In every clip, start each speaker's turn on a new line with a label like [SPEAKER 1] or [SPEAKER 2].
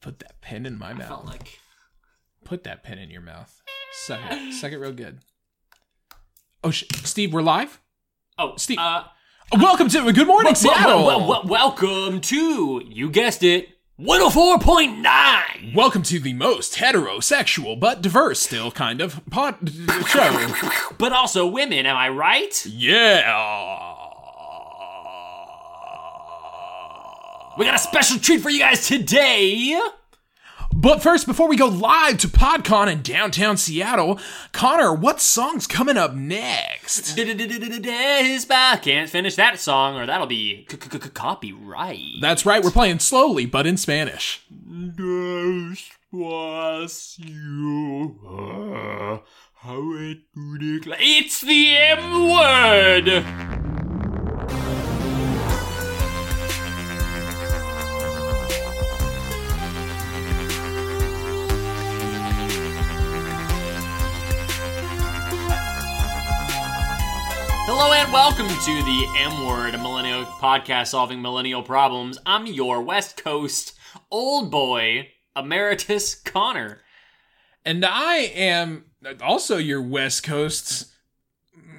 [SPEAKER 1] Put that pen in my
[SPEAKER 2] I felt
[SPEAKER 1] mouth.
[SPEAKER 2] like
[SPEAKER 1] Put that pen in your mouth. Suck it. Suck it real good. Oh, sh- Steve, we're live?
[SPEAKER 2] oh
[SPEAKER 1] Steve.
[SPEAKER 2] Uh,
[SPEAKER 1] Welcome to Good Morning Seattle.
[SPEAKER 2] well, well, well, welcome to you guessed it, one hundred four point nine.
[SPEAKER 1] Welcome to the most heterosexual but diverse still kind of pod show.
[SPEAKER 2] But also women, am I right?
[SPEAKER 1] Yeah.
[SPEAKER 2] We got a special treat for you guys today.
[SPEAKER 1] But first, before we go live to PodCon in downtown Seattle, Connor, what song's coming up next?
[SPEAKER 2] Spa can't finish that song, or that'll be c- c- c- copyright.
[SPEAKER 1] That's right, we're playing slowly but in Spanish.
[SPEAKER 2] It's the M word. Hello and welcome to the M Word, a millennial podcast solving millennial problems. I'm your West Coast old boy, Emeritus Connor.
[SPEAKER 1] And I am also your West Coast's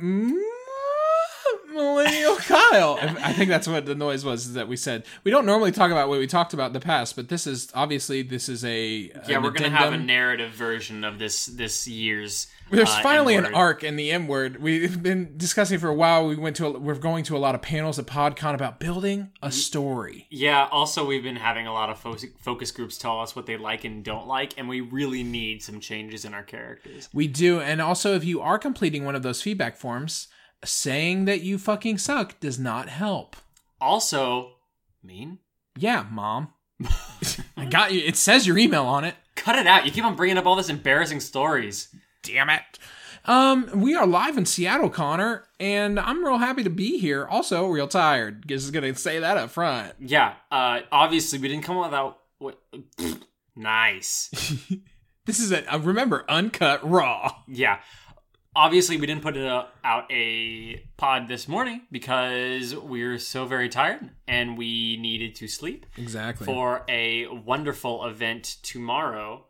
[SPEAKER 1] millennial Kyle. I think that's what the noise was that we said. We don't normally talk about what we talked about in the past, but this is obviously this is a
[SPEAKER 2] Yeah,
[SPEAKER 1] an
[SPEAKER 2] we're gonna have uh, a
[SPEAKER 1] addendum.
[SPEAKER 2] narrative version of this this year's.
[SPEAKER 1] There's
[SPEAKER 2] uh,
[SPEAKER 1] finally an
[SPEAKER 2] N-word.
[SPEAKER 1] arc in the M word. We've been discussing for a while. We went to a, we're going to a lot of panels at PodCon about building a
[SPEAKER 2] Mm-hmm.
[SPEAKER 1] story.
[SPEAKER 2] Yeah. Also, we've been having a lot of fo- focus groups tell us what they like and don't like, and we really need some changes in our characters.
[SPEAKER 1] We do, and also if you are completing one of those feedback forms, saying that you fucking suck does not help.
[SPEAKER 2] Also, mean.
[SPEAKER 1] Yeah, mom. I got you. It says your email on it.
[SPEAKER 2] Cut it out! You keep on bringing up all this embarrassing stories.
[SPEAKER 1] Damn it. Um, we are live in Seattle, Connor, and I'm real happy to be here. Also, real tired. Just gonna say that up front.
[SPEAKER 2] Yeah, uh, obviously we didn't come up without. What, pfft, nice.
[SPEAKER 1] This is a uh, remember uncut raw.
[SPEAKER 2] Yeah, obviously we didn't put it uh, out a pod this morning because we were so very tired and we needed to sleep
[SPEAKER 1] Exactly.
[SPEAKER 2] for a wonderful event tomorrow.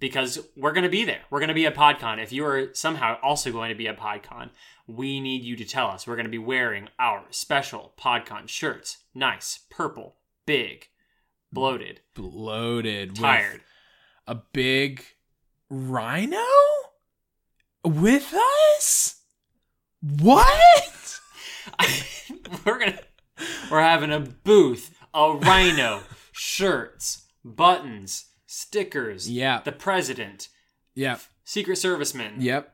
[SPEAKER 2] Because we're going to be there. We're going to be at PodCon. If you are somehow also going to be at PodCon, we need you to tell us. We're going to be wearing our special PodCon shirts. Nice, purple, big, bloated,
[SPEAKER 1] bloated, with
[SPEAKER 2] tired.
[SPEAKER 1] a big rhino with us. What?
[SPEAKER 2] we're gonna we're having a booth, a rhino, shirts, buttons, stickers,
[SPEAKER 1] Yeah.
[SPEAKER 2] the president,
[SPEAKER 1] Yep.
[SPEAKER 2] secret serviceman,
[SPEAKER 1] Yep.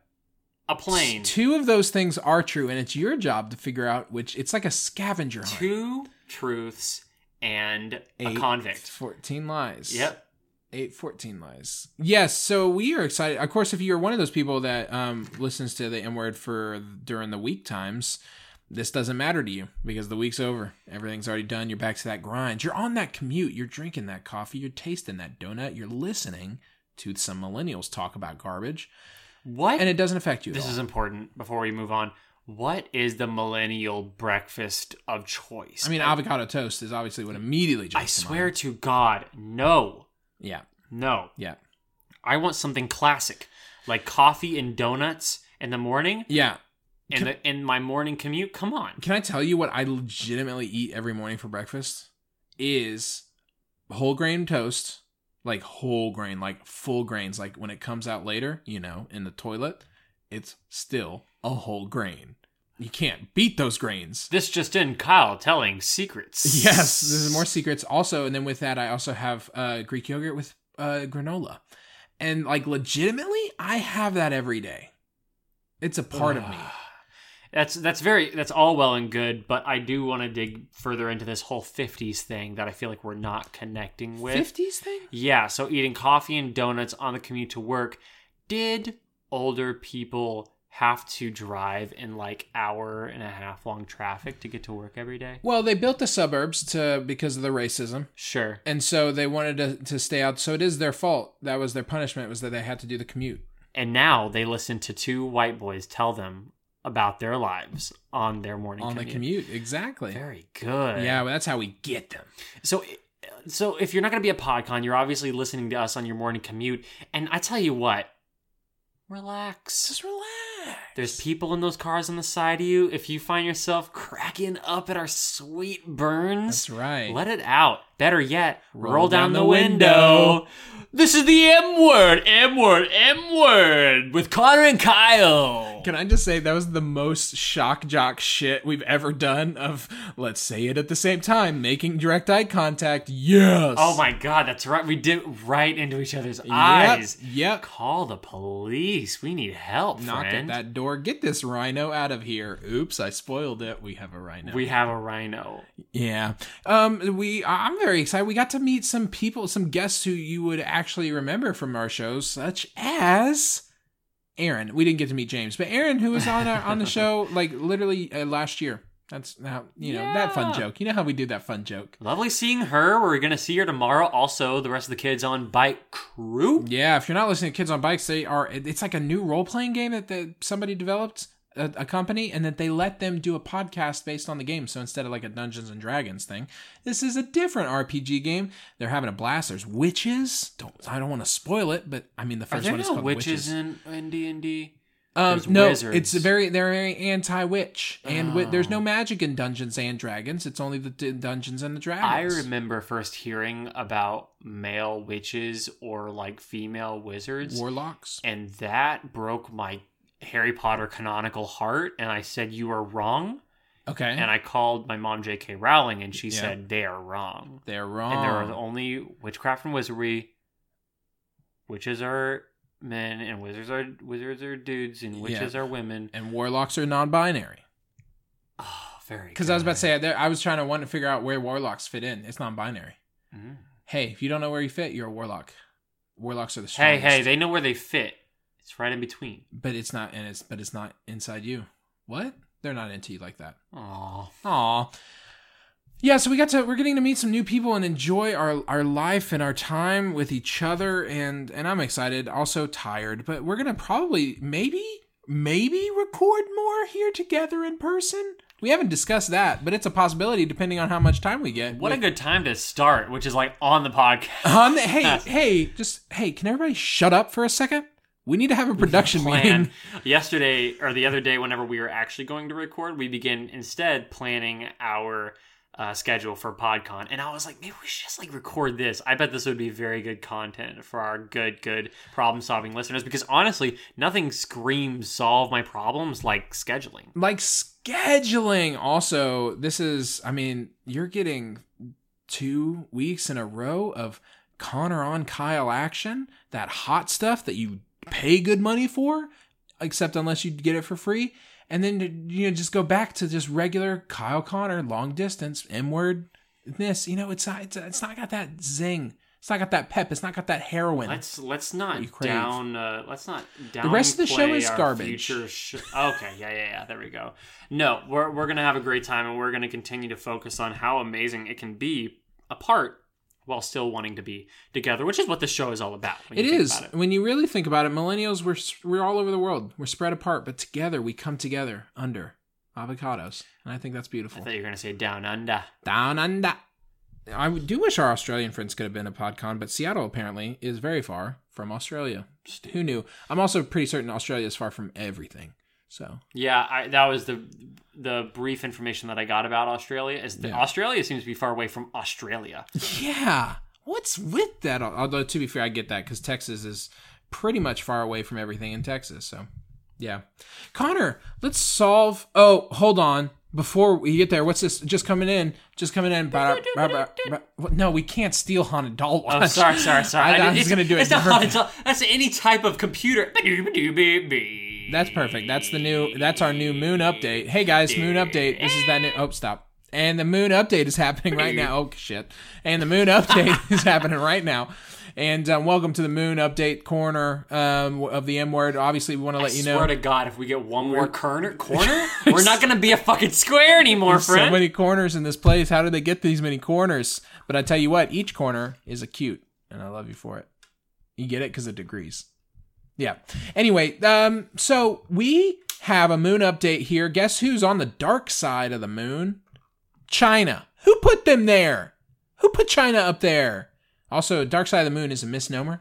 [SPEAKER 2] a plane,
[SPEAKER 1] Two of those things are true, and it's your job to figure out which. It's like a scavenger hunt.
[SPEAKER 2] two truths, and a
[SPEAKER 1] Eight,
[SPEAKER 2] convict.
[SPEAKER 1] Fourteen lies.
[SPEAKER 2] Yep.
[SPEAKER 1] Eight, 14 lies. Yes, so we are excited. Of course, if you're one of those people that um, listens to the M word for during the week times, this doesn't matter to you because the week's over. Everything's already done. You're back to that grind. You're on that commute. You're drinking that coffee. You're tasting that donut. You're listening to some millennials talk about garbage,
[SPEAKER 2] What?
[SPEAKER 1] and it doesn't affect you. at
[SPEAKER 2] this
[SPEAKER 1] all.
[SPEAKER 2] is important. Before we move on, what is the millennial breakfast of choice?
[SPEAKER 1] I mean, avocado toast is obviously what immediately.
[SPEAKER 2] I
[SPEAKER 1] jumps to mind.
[SPEAKER 2] swear to God, no,
[SPEAKER 1] Yeah,
[SPEAKER 2] no.
[SPEAKER 1] yeah,
[SPEAKER 2] I want something classic, like coffee and donuts in the morning.
[SPEAKER 1] yeah.
[SPEAKER 2] and the, and my morning commute. Come on,
[SPEAKER 1] Can I tell you what I legitimately eat every morning for breakfast? Is whole grain toast, like whole grain, like full grains. Like when it comes out later, you know, in the toilet, it's still a whole grain. You can't beat those grains.
[SPEAKER 2] this just in: Kyle telling secrets.
[SPEAKER 1] Yes, this is more secrets. Also, and then with that, I also have uh, Greek yogurt with uh, granola, and like legitimately, I have that every day. It's a part of me.
[SPEAKER 2] That's that's very that's all well and good, but I do want to dig further into this whole '50s thing that I feel like we're not connecting with.
[SPEAKER 1] Fifties thing.
[SPEAKER 2] Yeah, so eating coffee and donuts on the commute to work. Did older people have to drive in like hour and a half long traffic to get to work every day?
[SPEAKER 1] Well, they built the suburbs to because of the racism.
[SPEAKER 2] Sure.
[SPEAKER 1] and so they wanted to, to stay out so it is their fault that was their punishment was that they had to do the commute
[SPEAKER 2] And now they listen to two white boys tell them about their lives on their morning
[SPEAKER 1] on the commute exactly
[SPEAKER 2] Very good.
[SPEAKER 1] yeah well, that's how we get them
[SPEAKER 2] So i- so if you're not going to be at PodCon, you're obviously listening to us on your morning commute. And I tell you what, relax.
[SPEAKER 1] Just relax.
[SPEAKER 2] There's people in those cars on the side of you. If you find yourself cracking up at our sweet burns,
[SPEAKER 1] That's right.
[SPEAKER 2] let it out. Better yet, roll, down, the window. This is the M word, M word, M word with Connor and Kyle.
[SPEAKER 1] Can I just say that was the most shock jock shit we've ever done of let's say it at the same time, making direct eye contact. Yes.
[SPEAKER 2] Oh my god, that's right. We did right into each other's
[SPEAKER 1] Yep.
[SPEAKER 2] eyes.
[SPEAKER 1] Yep.
[SPEAKER 2] Call the police. We need help,
[SPEAKER 1] Knock at
[SPEAKER 2] friend.
[SPEAKER 1] that door. Get this rhino out of here. Oops, I spoiled it. We have a rhino.
[SPEAKER 2] We have a rhino.
[SPEAKER 1] yeah. Um we I- I'm very excited. We got to meet some people, some guests who you would actually remember from our shows, such as Aaron. We didn't get to meet James, but Aaron who was on our, on the show like literally uh, last year. That's how you know that fun
[SPEAKER 2] Yeah.
[SPEAKER 1] joke. You know how we do that fun joke.
[SPEAKER 2] Lovely seeing her. We're gonna see her tomorrow. Also, the rest of the kids on Bike Crew.
[SPEAKER 1] Yeah, if you're not listening to Kids on Bikes, they are. it- It's like a new role playing game that the, somebody developed, a, a company, and that they let them do a podcast based on the game. So instead of like a Dungeons and Dragons thing, this is a different RPG game. They're having a blast. There's witches. Don't I don't want to spoil it, but I mean the
[SPEAKER 2] Are
[SPEAKER 1] first
[SPEAKER 2] there
[SPEAKER 1] one is
[SPEAKER 2] no
[SPEAKER 1] called witches.
[SPEAKER 2] witches, in in D and D?
[SPEAKER 1] Um,
[SPEAKER 2] There's
[SPEAKER 1] no,
[SPEAKER 2] wizards.
[SPEAKER 1] it's a very they're very anti witch, and wi- there's no
[SPEAKER 2] Oh.
[SPEAKER 1] magic in Dungeons and Dragons. It's only the d- Dungeons and the Dragons.
[SPEAKER 2] I remember first hearing about male witches or like female wizards,
[SPEAKER 1] warlocks.
[SPEAKER 2] and that broke my Harry Potter canonical heart. And I said, You are wrong.
[SPEAKER 1] Okay,
[SPEAKER 2] And I called my mom, J.K. Rowling, and she
[SPEAKER 1] Yeah. Oh.
[SPEAKER 2] said, They are wrong.
[SPEAKER 1] they're wrong.
[SPEAKER 2] And there are only witchcraft and wizardry. Witches are men, and wizards are wizards are dudes, and
[SPEAKER 1] Yeah.
[SPEAKER 2] witches are women.
[SPEAKER 1] and warlocks are non-binary.
[SPEAKER 2] Oh, very
[SPEAKER 1] Because I was about to
[SPEAKER 2] good.
[SPEAKER 1] say, there- I was trying to want to figure out where warlocks fit in. It's non-binary.
[SPEAKER 2] Mm.
[SPEAKER 1] Hey, if you don't know where you fit, you're a warlock. Warlocks are the
[SPEAKER 2] Hey,
[SPEAKER 1] strongest.
[SPEAKER 2] hey, they know where they fit. It's right in between.
[SPEAKER 1] but it's not, and it's but it's not inside you. What? They're not into you like that.
[SPEAKER 2] Oh,
[SPEAKER 1] Aw. Yeah, so we got to we're getting to meet some new people and enjoy our our life and our time with each other and and I'm excited, also tired, but we're gonna probably maybe maybe record more here together in person. We haven't discussed that, but it's a possibility depending on how much time we get.
[SPEAKER 2] What a
[SPEAKER 1] with-
[SPEAKER 2] good time to start, which is like on the podcast.
[SPEAKER 1] on the, hey hey just hey can everybody shut up for a second? We need to have a production meeting.
[SPEAKER 2] Plan. Yesterday or the other day, whenever we were actually going to record, we began instead planning our uh, schedule for PodCon, and I was like, maybe we should just like record this. I bet this would be very good content for our good, good problem solving listeners because honestly, nothing screams solve my problems like scheduling.
[SPEAKER 1] like scheduling also this is i mean you're getting two weeks in a row of connor on kyle action that hot stuff that you pay good money for except unless you get it for free and then you know just go back to just regular kyle connor long distance m word this you know it's not it's, it's not got that zing it's not got that pep it's not got that heroin
[SPEAKER 2] Let's let's not
[SPEAKER 1] You crave.
[SPEAKER 2] down. Uh, let's not down.
[SPEAKER 1] rest of the show is garbage.
[SPEAKER 2] Sh- okay, yeah, yeah, yeah. There we go. No, we're we're gonna have a great time, and we're gonna continue to focus on how amazing it can be apart while still wanting to be together, which is what the show is all about. When
[SPEAKER 1] It
[SPEAKER 2] you think
[SPEAKER 1] is
[SPEAKER 2] about it.
[SPEAKER 1] when you really think about it. Millennials, we're s- we're all over the world. We're spread apart, but together we come together under avocados, and I think that's
[SPEAKER 2] I
[SPEAKER 1] beautiful.
[SPEAKER 2] thought you were gonna say down under.
[SPEAKER 1] Down under. I would- do wish our Australian friends could have been a PodCon, but Seattle apparently is very far from Australia. Just who knew? I'm also pretty certain Australia is far from everything. So
[SPEAKER 2] Yeah, I, that was the the brief information that I got about Australia. Is that
[SPEAKER 1] Yeah.
[SPEAKER 2] Australia seems to be far away from Australia.
[SPEAKER 1] yeah, what's with that? Although to be fair, I get that because Texas is pretty much far away from everything in Texas. So Yeah. Connor, let's solve. Oh, hold on. Before we get there, what's this? Just coming in. Just coming in. Ba- ba- ba- ba- what? No, we can't steal Haunted Doll Watch.
[SPEAKER 2] Oh, sorry, sorry, sorry.
[SPEAKER 1] I,
[SPEAKER 2] did-
[SPEAKER 1] I, was
[SPEAKER 2] it's-
[SPEAKER 1] going to do it.
[SPEAKER 2] It's not hard
[SPEAKER 1] different.
[SPEAKER 2] to tell. That's any type of computer.
[SPEAKER 1] That's perfect. That's the new. That's our new moon update. Hey guys, moon update. This is that new. Oh, stop. And the moon update is happening right now. Oh shit. And the moon update is happening right now. And um, welcome to the moon update corner um, of the M word. Obviously, we want to let you know.
[SPEAKER 2] Swear to God, if we get one more corner, corner, we're not gonna be a fucking square anymore, friend.
[SPEAKER 1] so many corners in this place. How did they get these many corners? But I tell you what, each corner is acute, and I love you for it. You get it because of degrees. Yeah. Anyway, um, so we have a moon update here. Guess who's on the dark side of the moon? China. Who put them there? Who put China up there? Also, Dark Side of the Moon is a misnomer.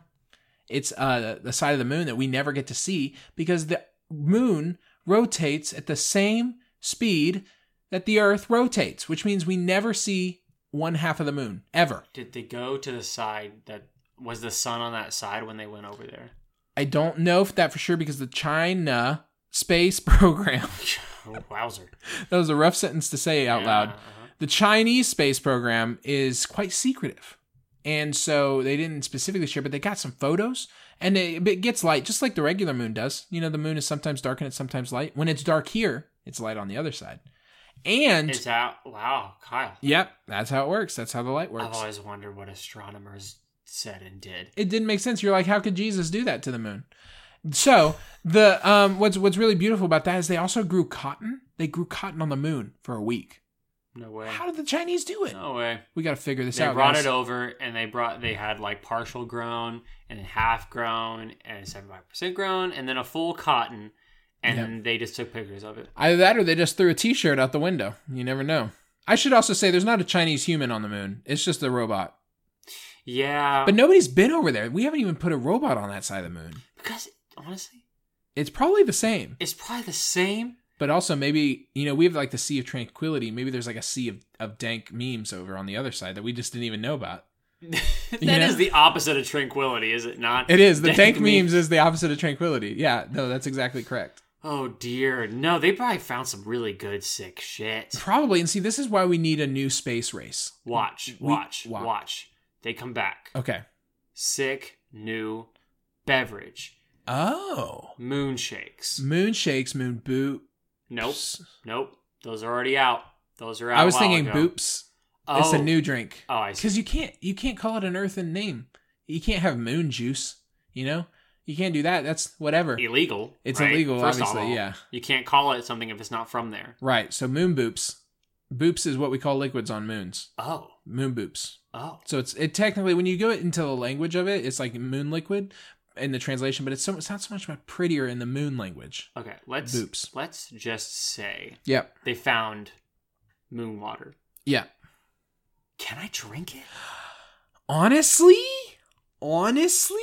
[SPEAKER 1] It's uh, the side of the moon that we never get to see because the moon rotates at the same speed that the Earth rotates, which means we never see one half of the moon ever.
[SPEAKER 2] Did they go to the side that was the sun on that side when they went over there?
[SPEAKER 1] I don't know if that for sure because the China space program.
[SPEAKER 2] Oh, wowzer.
[SPEAKER 1] that was a rough sentence to say out
[SPEAKER 2] Yeah,
[SPEAKER 1] loud.
[SPEAKER 2] uh-huh.
[SPEAKER 1] The Chinese space program is quite secretive. And so they didn't specifically share, but they got some photos and it, it gets light just like the regular moon does. You know, the moon is sometimes dark and it's sometimes light. When it's dark here, it's light on the other side. And
[SPEAKER 2] Is that wow, Kyle?
[SPEAKER 1] yep, that's how it works. That's how the light works.
[SPEAKER 2] I've always wondered what astronomers said and did.
[SPEAKER 1] it didn't make sense. You're like, how could Jesus do that to the moon? So the um, what's what's really beautiful about that is they also grew cotton. They grew cotton on the moon for a week.
[SPEAKER 2] No way.
[SPEAKER 1] How did the Chinese do it?
[SPEAKER 2] No way.
[SPEAKER 1] We got to figure this
[SPEAKER 2] They
[SPEAKER 1] out.
[SPEAKER 2] brought
[SPEAKER 1] guys.
[SPEAKER 2] it over and they brought they had like partial grown and half grown and seventy five percent grown and then a full cotton and they just took pictures of it.
[SPEAKER 1] Either that or they just threw a T-shirt out the window. You never know. I should also say there's not a Chinese human on the moon. It's just a robot.
[SPEAKER 2] Yeah.
[SPEAKER 1] But nobody's been over there. We haven't even put a robot on that side of the moon.
[SPEAKER 2] because honestly,
[SPEAKER 1] It's probably the same.
[SPEAKER 2] it's probably the same.
[SPEAKER 1] But also maybe you know we have like the Sea of Tranquility. Maybe there's like a sea of, of dank memes over on the other side that we just didn't even know about.
[SPEAKER 2] That is
[SPEAKER 1] Yeah.
[SPEAKER 2] the opposite of tranquility, is it not?
[SPEAKER 1] It is. The
[SPEAKER 2] Dank
[SPEAKER 1] tank memes is the opposite of tranquility. Yeah, no, that's exactly correct.
[SPEAKER 2] Oh dear. No, they probably found some really good sick shit.
[SPEAKER 1] Probably. And see, this is why we need a new space race.
[SPEAKER 2] Watch,
[SPEAKER 1] We-
[SPEAKER 2] watch,
[SPEAKER 1] wa-
[SPEAKER 2] watch. They come back.
[SPEAKER 1] Okay.
[SPEAKER 2] Sick new beverage.
[SPEAKER 1] Oh.
[SPEAKER 2] Moon shakes.
[SPEAKER 1] Moon shakes, moon boops.
[SPEAKER 2] Nope. Nope. Those are already out. Those are out.
[SPEAKER 1] I was
[SPEAKER 2] a while
[SPEAKER 1] thinking
[SPEAKER 2] ago.
[SPEAKER 1] boops.
[SPEAKER 2] Oh.
[SPEAKER 1] It's a new drink.
[SPEAKER 2] Oh, I see.
[SPEAKER 1] Because you can't you can't call it an earthen name. You can't have moon juice. You know? You can't do that. That's whatever.
[SPEAKER 2] Illegal.
[SPEAKER 1] It's
[SPEAKER 2] right?
[SPEAKER 1] illegal,
[SPEAKER 2] First of
[SPEAKER 1] obviously,
[SPEAKER 2] all,
[SPEAKER 1] yeah.
[SPEAKER 2] You can't call it something if it's not from there.
[SPEAKER 1] Right. So moon boops. Boops is what we call liquids on moons.
[SPEAKER 2] Oh.
[SPEAKER 1] Moon boops.
[SPEAKER 2] Oh.
[SPEAKER 1] So it's it technically when you go into the language of it, it's like moon liquid in the translation, but it's so it sounds so much more prettier in the moon language.
[SPEAKER 2] Okay. Let's
[SPEAKER 1] Boops.
[SPEAKER 2] let's just say
[SPEAKER 1] Yep.
[SPEAKER 2] they found moon water.
[SPEAKER 1] Yeah.
[SPEAKER 2] Can I drink it?
[SPEAKER 1] Honestly, honestly,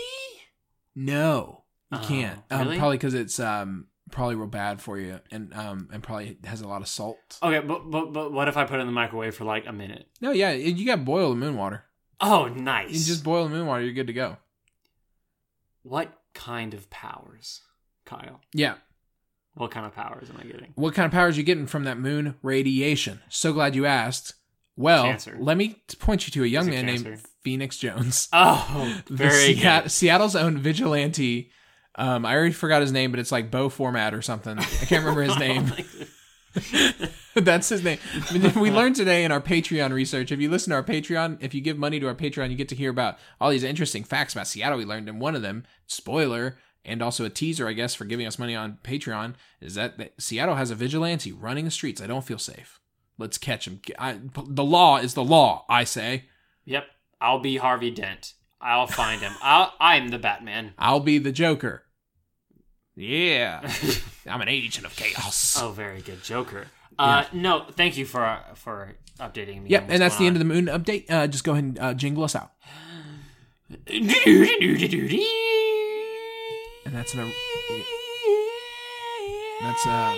[SPEAKER 1] no, you
[SPEAKER 2] Oh,
[SPEAKER 1] can't. Um,
[SPEAKER 2] really?
[SPEAKER 1] Probably because it's um probably real bad for you, and um and probably has a lot of salt.
[SPEAKER 2] Okay, but but but what if I put it in the microwave for like a minute?
[SPEAKER 1] No, yeah, you got to boil the moon water.
[SPEAKER 2] Oh, nice.
[SPEAKER 1] You just boil the moon water, you're good to go.
[SPEAKER 2] What kind of powers, Kyle?
[SPEAKER 1] Yeah.
[SPEAKER 2] What kind of powers am I getting?
[SPEAKER 1] What kind of powers you getting from that moon radiation? So glad you asked. Well,
[SPEAKER 2] Cancer.
[SPEAKER 1] let me t- point you to a young
[SPEAKER 2] Is it
[SPEAKER 1] man named
[SPEAKER 2] cancer?
[SPEAKER 1] Phoenix Jones.
[SPEAKER 2] Oh,
[SPEAKER 1] The
[SPEAKER 2] very good.
[SPEAKER 1] Seat- Seattle's own vigilante. Um, I already forgot his name, but it's like Bo Format or something. I can't remember
[SPEAKER 2] Oh
[SPEAKER 1] his name. That's his name. I mean, we learned today in our Patreon research. If you listen to our Patreon, if you give money to our Patreon, you get to hear about all these interesting facts about Seattle we learned. And one of them, spoiler, and also a teaser, I guess, for giving us money on Patreon, is that, that Seattle has a vigilante running the streets. I don't feel safe. Let's catch him. I, the law is the law, I say.
[SPEAKER 2] Yep, I'll be Harvey Dent. I'll find him. I'll, I'm the Batman.
[SPEAKER 1] I'll be the Joker. Yeah. I'm an agent of chaos.
[SPEAKER 2] Oh, very good, Joker. Uh, no, thank you for uh, for updating me.
[SPEAKER 1] Yep, and that's the end of the moon update. Uh, just go ahead and uh, jingle us out. And that's an. That's uh.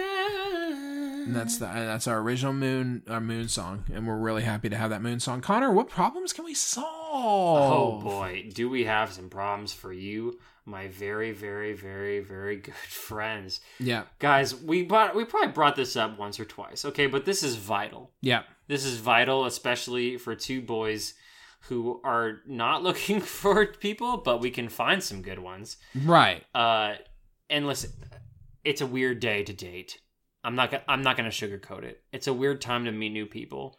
[SPEAKER 1] And that's the uh, that's our original moon our moon song, and we're really happy to have that moon song. Connor, what problems can we
[SPEAKER 2] Oh
[SPEAKER 1] solve?
[SPEAKER 2] boy, do we have some problems for you, my very, very, very, very good friends,
[SPEAKER 1] Yeah,
[SPEAKER 2] guys? We brought, we probably brought this up once or twice, okay? But this is vital.
[SPEAKER 1] yeah,
[SPEAKER 2] This is vital, especially for two boys who are not looking for people, but we can find some good ones.
[SPEAKER 1] right.
[SPEAKER 2] Uh, and listen, it's a weird day to date. I'm not. Gonna, I'm not going to sugarcoat it. It's a weird time to meet new people,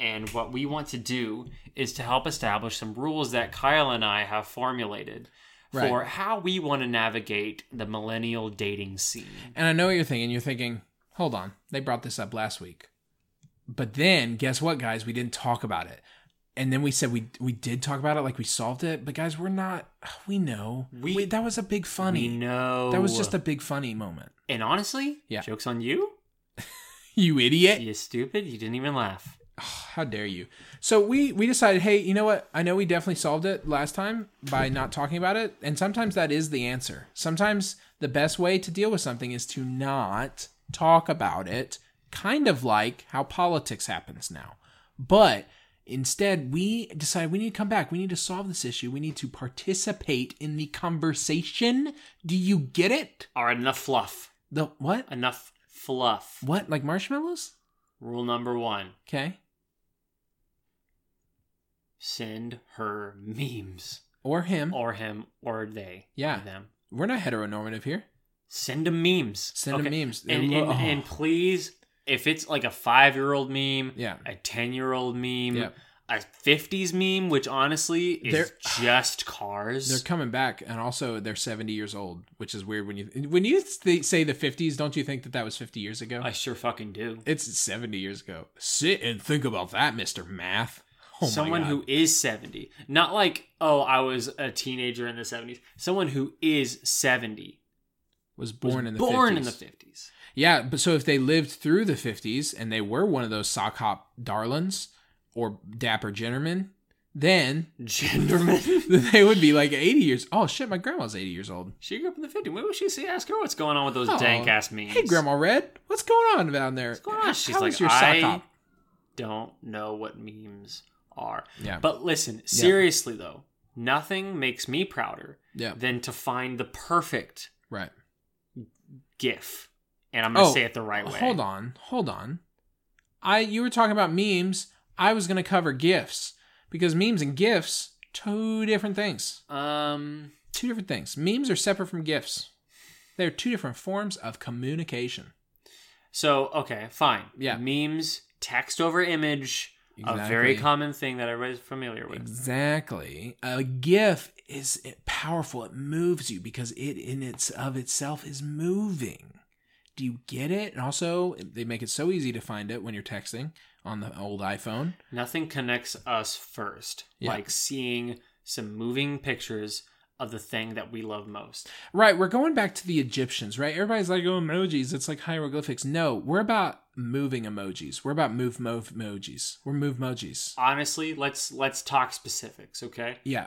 [SPEAKER 2] and what we want to do is to help establish some rules that Kyle and I have formulated
[SPEAKER 1] Right.
[SPEAKER 2] for how we want to navigate the millennial dating scene.
[SPEAKER 1] And I know what you're thinking. You're thinking, hold on, they brought this up last week, but then guess what, guys? We didn't talk about it, and then we said we we did talk about it, like we solved it. But guys, we're not. We know
[SPEAKER 2] We-
[SPEAKER 1] that was a big funny.
[SPEAKER 2] We know
[SPEAKER 1] That was just a big funny moment.
[SPEAKER 2] and honestly,
[SPEAKER 1] Yeah.
[SPEAKER 2] jokes on you.
[SPEAKER 1] You idiot.
[SPEAKER 2] You stupid. You didn't even laugh.
[SPEAKER 1] how dare you so we we decided hey you know what i know we definitely solved it last time by not talking about it and sometimes that is the answer sometimes the best way to deal with something is to not talk about it kind of like how politics happens now but instead we decide we need to come back we need to solve this issue we need to participate in the conversation do you get it
[SPEAKER 2] All right, enough fluff.
[SPEAKER 1] the what
[SPEAKER 2] Enough fluff.
[SPEAKER 1] what like marshmallows
[SPEAKER 2] Rule number one
[SPEAKER 1] okay
[SPEAKER 2] send her memes.
[SPEAKER 1] or him
[SPEAKER 2] Or him, or they.
[SPEAKER 1] Yeah.
[SPEAKER 2] Them.
[SPEAKER 1] we're not heteronormative here
[SPEAKER 2] Send them memes.
[SPEAKER 1] Send 'em memes. They
[SPEAKER 2] And,
[SPEAKER 1] lo-
[SPEAKER 2] and,
[SPEAKER 1] oh.
[SPEAKER 2] and please, if it's like a five year old meme,
[SPEAKER 1] Yeah.
[SPEAKER 2] a 10 year old meme,
[SPEAKER 1] Yep.
[SPEAKER 2] a 50s meme, which honestly is
[SPEAKER 1] They're-
[SPEAKER 2] just
[SPEAKER 1] They're
[SPEAKER 2] cars.
[SPEAKER 1] coming back, and also they're seventy years old, which is weird. When you when you th- say the fifties, don't you think that that was fifty years ago?
[SPEAKER 2] I sure fucking do.
[SPEAKER 1] it's seventy years ago. Sit and think about that, Mister Math. Oh
[SPEAKER 2] someone
[SPEAKER 1] my God.
[SPEAKER 2] who is 70. Not like, oh, I was a teenager in the 70s. Someone who is 70.
[SPEAKER 1] was
[SPEAKER 2] was
[SPEAKER 1] born in the
[SPEAKER 2] born
[SPEAKER 1] 50s.
[SPEAKER 2] in the 50s.
[SPEAKER 1] yeah. But so if they lived through the fifties and they were one of those sock hop darlings or dapper gentlemen, then
[SPEAKER 2] Genderman.
[SPEAKER 1] they would be like eighty years. Oh shit, my grandma's eighty years old.
[SPEAKER 2] she grew up in the 50s. Maybe we should see, ask her what's going on with those
[SPEAKER 1] Oh.
[SPEAKER 2] dank ass memes.
[SPEAKER 1] Hey, Grandma Red, what's going on down there?
[SPEAKER 2] going on? She's
[SPEAKER 1] How
[SPEAKER 2] like,
[SPEAKER 1] is your sock
[SPEAKER 2] "I-
[SPEAKER 1] hop?
[SPEAKER 2] Don't know what memes are.
[SPEAKER 1] Yeah.
[SPEAKER 2] But listen, seriously though, nothing makes me prouder
[SPEAKER 1] Yeah,
[SPEAKER 2] than to find the perfect
[SPEAKER 1] right.
[SPEAKER 2] GIF. And I'm going to
[SPEAKER 1] Oh,
[SPEAKER 2] say it the right way.
[SPEAKER 1] Hold on, hold on. I you were talking about memes. I was gonna cover gifs because memes and gifs two different things.
[SPEAKER 2] Um,
[SPEAKER 1] Two different things. Memes are separate from gifs. They're two different forms of communication.
[SPEAKER 2] so, okay, fine.
[SPEAKER 1] Yeah.
[SPEAKER 2] Memes, text over image, a very
[SPEAKER 1] Exactly.
[SPEAKER 2] common thing that everybody's familiar with.
[SPEAKER 1] Exactly. A gif is powerful. It moves you because it in its of itself is moving. Do you get it? And also, they make it so easy to find it when you're texting on the old iPhone.
[SPEAKER 2] Nothing connects us first
[SPEAKER 1] Yeah.
[SPEAKER 2] like seeing some moving pictures of the thing that we love most.
[SPEAKER 1] Right, we're going back to the Egyptians, right? Everybody's like, oh, emojis, it's like hieroglyphics. No, we're about moving emojis. We're about move move emojis. We're move emojis.
[SPEAKER 2] Honestly, let's let's talk specifics, okay?
[SPEAKER 1] Yeah.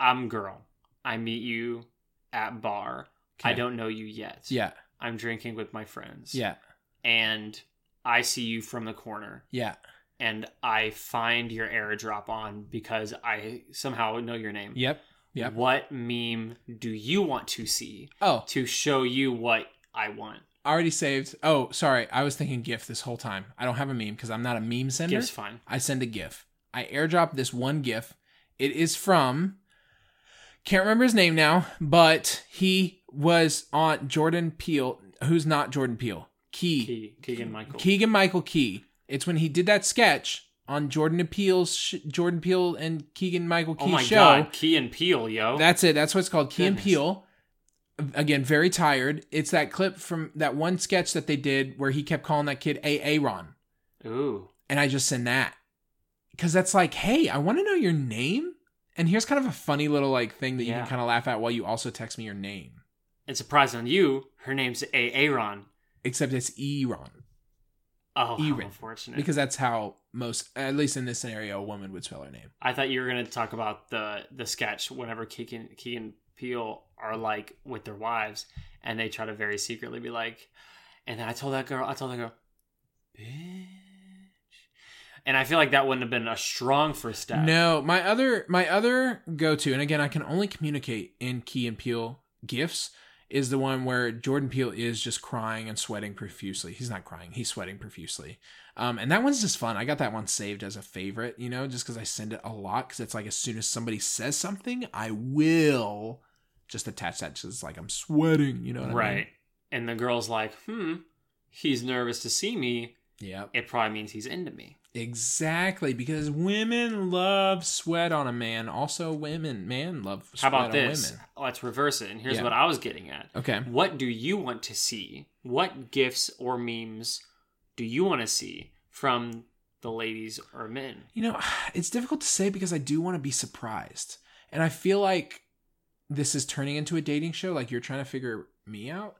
[SPEAKER 2] I'm girl. I meet you at bar. I
[SPEAKER 1] Okay.
[SPEAKER 2] don't know you yet.
[SPEAKER 1] Yeah.
[SPEAKER 2] I'm drinking with my friends.
[SPEAKER 1] Yeah.
[SPEAKER 2] And I see you from the corner
[SPEAKER 1] Yeah.
[SPEAKER 2] and I find your airdrop on because I somehow know your name.
[SPEAKER 1] Yep. Yep.
[SPEAKER 2] What meme do you want to see
[SPEAKER 1] Oh,
[SPEAKER 2] to show you what I want?
[SPEAKER 1] already saved. Oh, sorry. I was thinking GIF this whole time. I don't have a meme because I'm not a meme sender.
[SPEAKER 2] Gif's fine.
[SPEAKER 1] I send a GIF. I airdrop this one GIF. It is from can't remember his name now, but he was on Jordan Peele, who's not Jordan Peele.
[SPEAKER 2] Ke- Keegan Michael.
[SPEAKER 1] Keegan Michael Key. It's when he did that sketch on Jordan Peele's sh- Jordan Peele and Keegan Michael Key
[SPEAKER 2] oh my
[SPEAKER 1] show.
[SPEAKER 2] god, Key and Peel, yo.
[SPEAKER 1] That's it. That's what's called Key and
[SPEAKER 2] Goodness.
[SPEAKER 1] Peele. Again, very tired. It's that clip from that one sketch that they did where he kept calling that kid Aaron,
[SPEAKER 2] Ooh.
[SPEAKER 1] and I just send that because that's like, hey, I want to know your name. And here's kind of a funny little like thing that you
[SPEAKER 2] Yeah.
[SPEAKER 1] can kind of laugh at while you also text me your name,
[SPEAKER 2] And surprise on you, her name's Aaron.
[SPEAKER 1] except it's Eron.
[SPEAKER 2] Oh, how
[SPEAKER 1] Aaron.
[SPEAKER 2] unfortunate.
[SPEAKER 1] because that's how most, at least in this scenario, a woman would spell her name.
[SPEAKER 2] I thought you were gonna talk about the the sketch whenever Keegan Keegan Peel are like with their wives and they try to very secretly be like, and then I told that girl, I told that girl, bitch, and I feel like that wouldn't have been a strong first step.
[SPEAKER 1] No, my other my other go to, and again, I can only communicate in Key and Peele gifts. Is the one where Jordan Peele is just crying and sweating profusely. He's not crying; he's sweating profusely. Um, and that one's just fun. I got that one saved as a favorite, you know, just because I send it a lot. Because it's like as soon as somebody says something, I will just attach that. Just like I'm sweating, you know what I mean?
[SPEAKER 2] right? And the girl's like, hmm, he's nervous to see me.
[SPEAKER 1] Yep.
[SPEAKER 2] It probably means he's into me.
[SPEAKER 1] Exactly, because women love sweat on a man. Also, women, man, love sweat
[SPEAKER 2] How about
[SPEAKER 1] on
[SPEAKER 2] this?
[SPEAKER 1] women.
[SPEAKER 2] Let's reverse it. And here's
[SPEAKER 1] Yeah.
[SPEAKER 2] what I was getting at.
[SPEAKER 1] Okay.
[SPEAKER 2] What do you want to see? What gifts or memes do you want to see from the ladies or men?
[SPEAKER 1] You know, it's difficult to say because I do want to be surprised. And I feel like this is turning into a dating show, like you're trying to figure me out.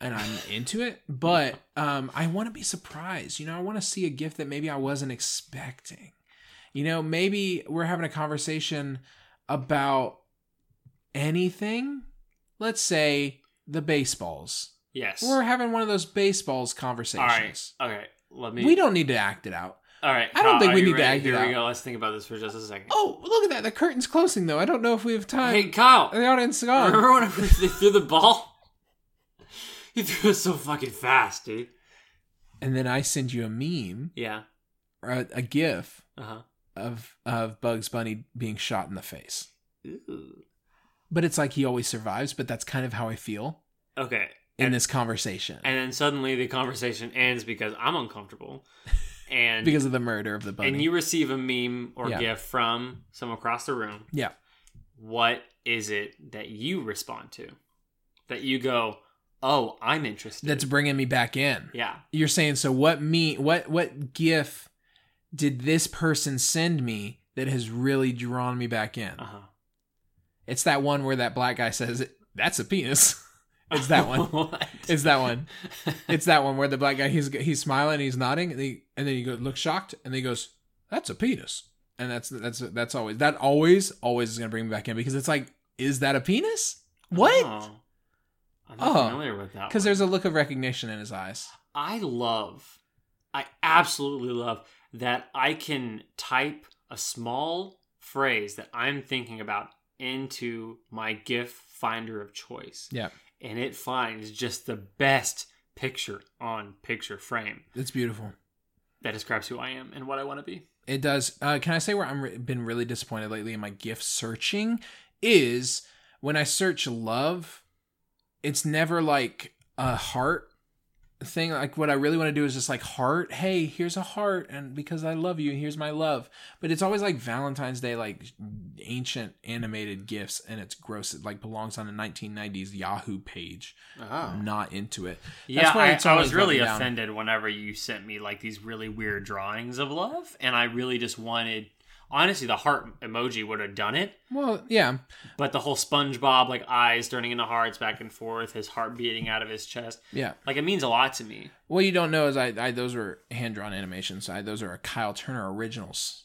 [SPEAKER 1] and I'm into it, but um, I want to be surprised. You know, I want to see a gift that maybe I wasn't expecting. You know, maybe we're having a conversation about anything. Let's say the baseballs.
[SPEAKER 2] Yes.
[SPEAKER 1] We're having one of those baseballs
[SPEAKER 2] All right.
[SPEAKER 1] conversations.
[SPEAKER 2] Okay. Let me.
[SPEAKER 1] We don't need to act it out.
[SPEAKER 2] All right.
[SPEAKER 1] I don't
[SPEAKER 2] Kyle,
[SPEAKER 1] think
[SPEAKER 2] are
[SPEAKER 1] we
[SPEAKER 2] you
[SPEAKER 1] need to
[SPEAKER 2] ready?
[SPEAKER 1] act it
[SPEAKER 2] Here we
[SPEAKER 1] out.
[SPEAKER 2] go. Let's think about this for just a second.
[SPEAKER 1] Oh, look at that. The curtain's closing, though. I don't know if we have time.
[SPEAKER 2] hey, Kyle.
[SPEAKER 1] the audience is gone.
[SPEAKER 2] Remember when they threw the ball? He threw it so fucking fast, dude.
[SPEAKER 1] And then I send you a meme
[SPEAKER 2] Yeah.
[SPEAKER 1] or a, a gif
[SPEAKER 2] Uh huh.
[SPEAKER 1] of, of Bugs Bunny being shot in the face. But it's like he always survives, but that's kind of how I feel
[SPEAKER 2] Okay.
[SPEAKER 1] in this conversation
[SPEAKER 2] And then suddenly the conversation ends because I'm uncomfortable, and
[SPEAKER 1] because of the murder of the bunny.
[SPEAKER 2] and you receive a meme or
[SPEAKER 1] Yeah.
[SPEAKER 2] gift from someone across the room.
[SPEAKER 1] yeah.
[SPEAKER 2] What is it that you respond to? That you go, oh, I'm interested.
[SPEAKER 1] That's bringing me back in.
[SPEAKER 2] yeah.
[SPEAKER 1] You're saying, so what me, what, what gif did this person send me that has really drawn me back in?
[SPEAKER 2] Uh huh.
[SPEAKER 1] It's that one where that black guy says, "That's a penis." It's that one.
[SPEAKER 2] what?
[SPEAKER 1] It's that one. It's that one where the black guy he's he's smiling, he's nodding, and, he, and then he go, looks shocked, and then he goes, "That's a penis." And that's that's that's always that always always is gonna bring me back in because it's like, is that a penis? What?
[SPEAKER 2] Oh. I'm not
[SPEAKER 1] Oh.
[SPEAKER 2] familiar with that.
[SPEAKER 1] Because
[SPEAKER 2] one.
[SPEAKER 1] there's a look of recognition in his eyes.
[SPEAKER 2] I love, I absolutely love that I can type a small phrase that I'm thinking about into my GIF finder of choice.
[SPEAKER 1] Yeah,
[SPEAKER 2] And it finds just the best picture on picture frame
[SPEAKER 1] it's beautiful.
[SPEAKER 2] that describes who I am and what I want to be.
[SPEAKER 1] It does. Uh, can I say where I'm re- been really disappointed lately in my gift searching is when I search love, it's never like a heart thing. Like what I really want to do is just like heart. Hey, here's a heart, and because I love you, here's my love. But it's always like Valentine's Day, like ancient animated gifts, and it's gross. It like belongs on a 1990s Yahoo page. I'm not into it.
[SPEAKER 2] Yeah,
[SPEAKER 1] why
[SPEAKER 2] I,
[SPEAKER 1] it's
[SPEAKER 2] I
[SPEAKER 1] always
[SPEAKER 2] was really
[SPEAKER 1] let me down.
[SPEAKER 2] offended whenever you sent me like these really weird drawings of love, and I really just wanted. Honestly, the heart emoji would have done it,
[SPEAKER 1] Well, yeah.
[SPEAKER 2] but the whole SpongeBob like eyes turning into hearts back and forth, his heart beating out of his chest,
[SPEAKER 1] Yeah.
[SPEAKER 2] like it means a lot to me.
[SPEAKER 1] What you don't know is I, I those were hand drawn animations. I those are Kyle Turner originals.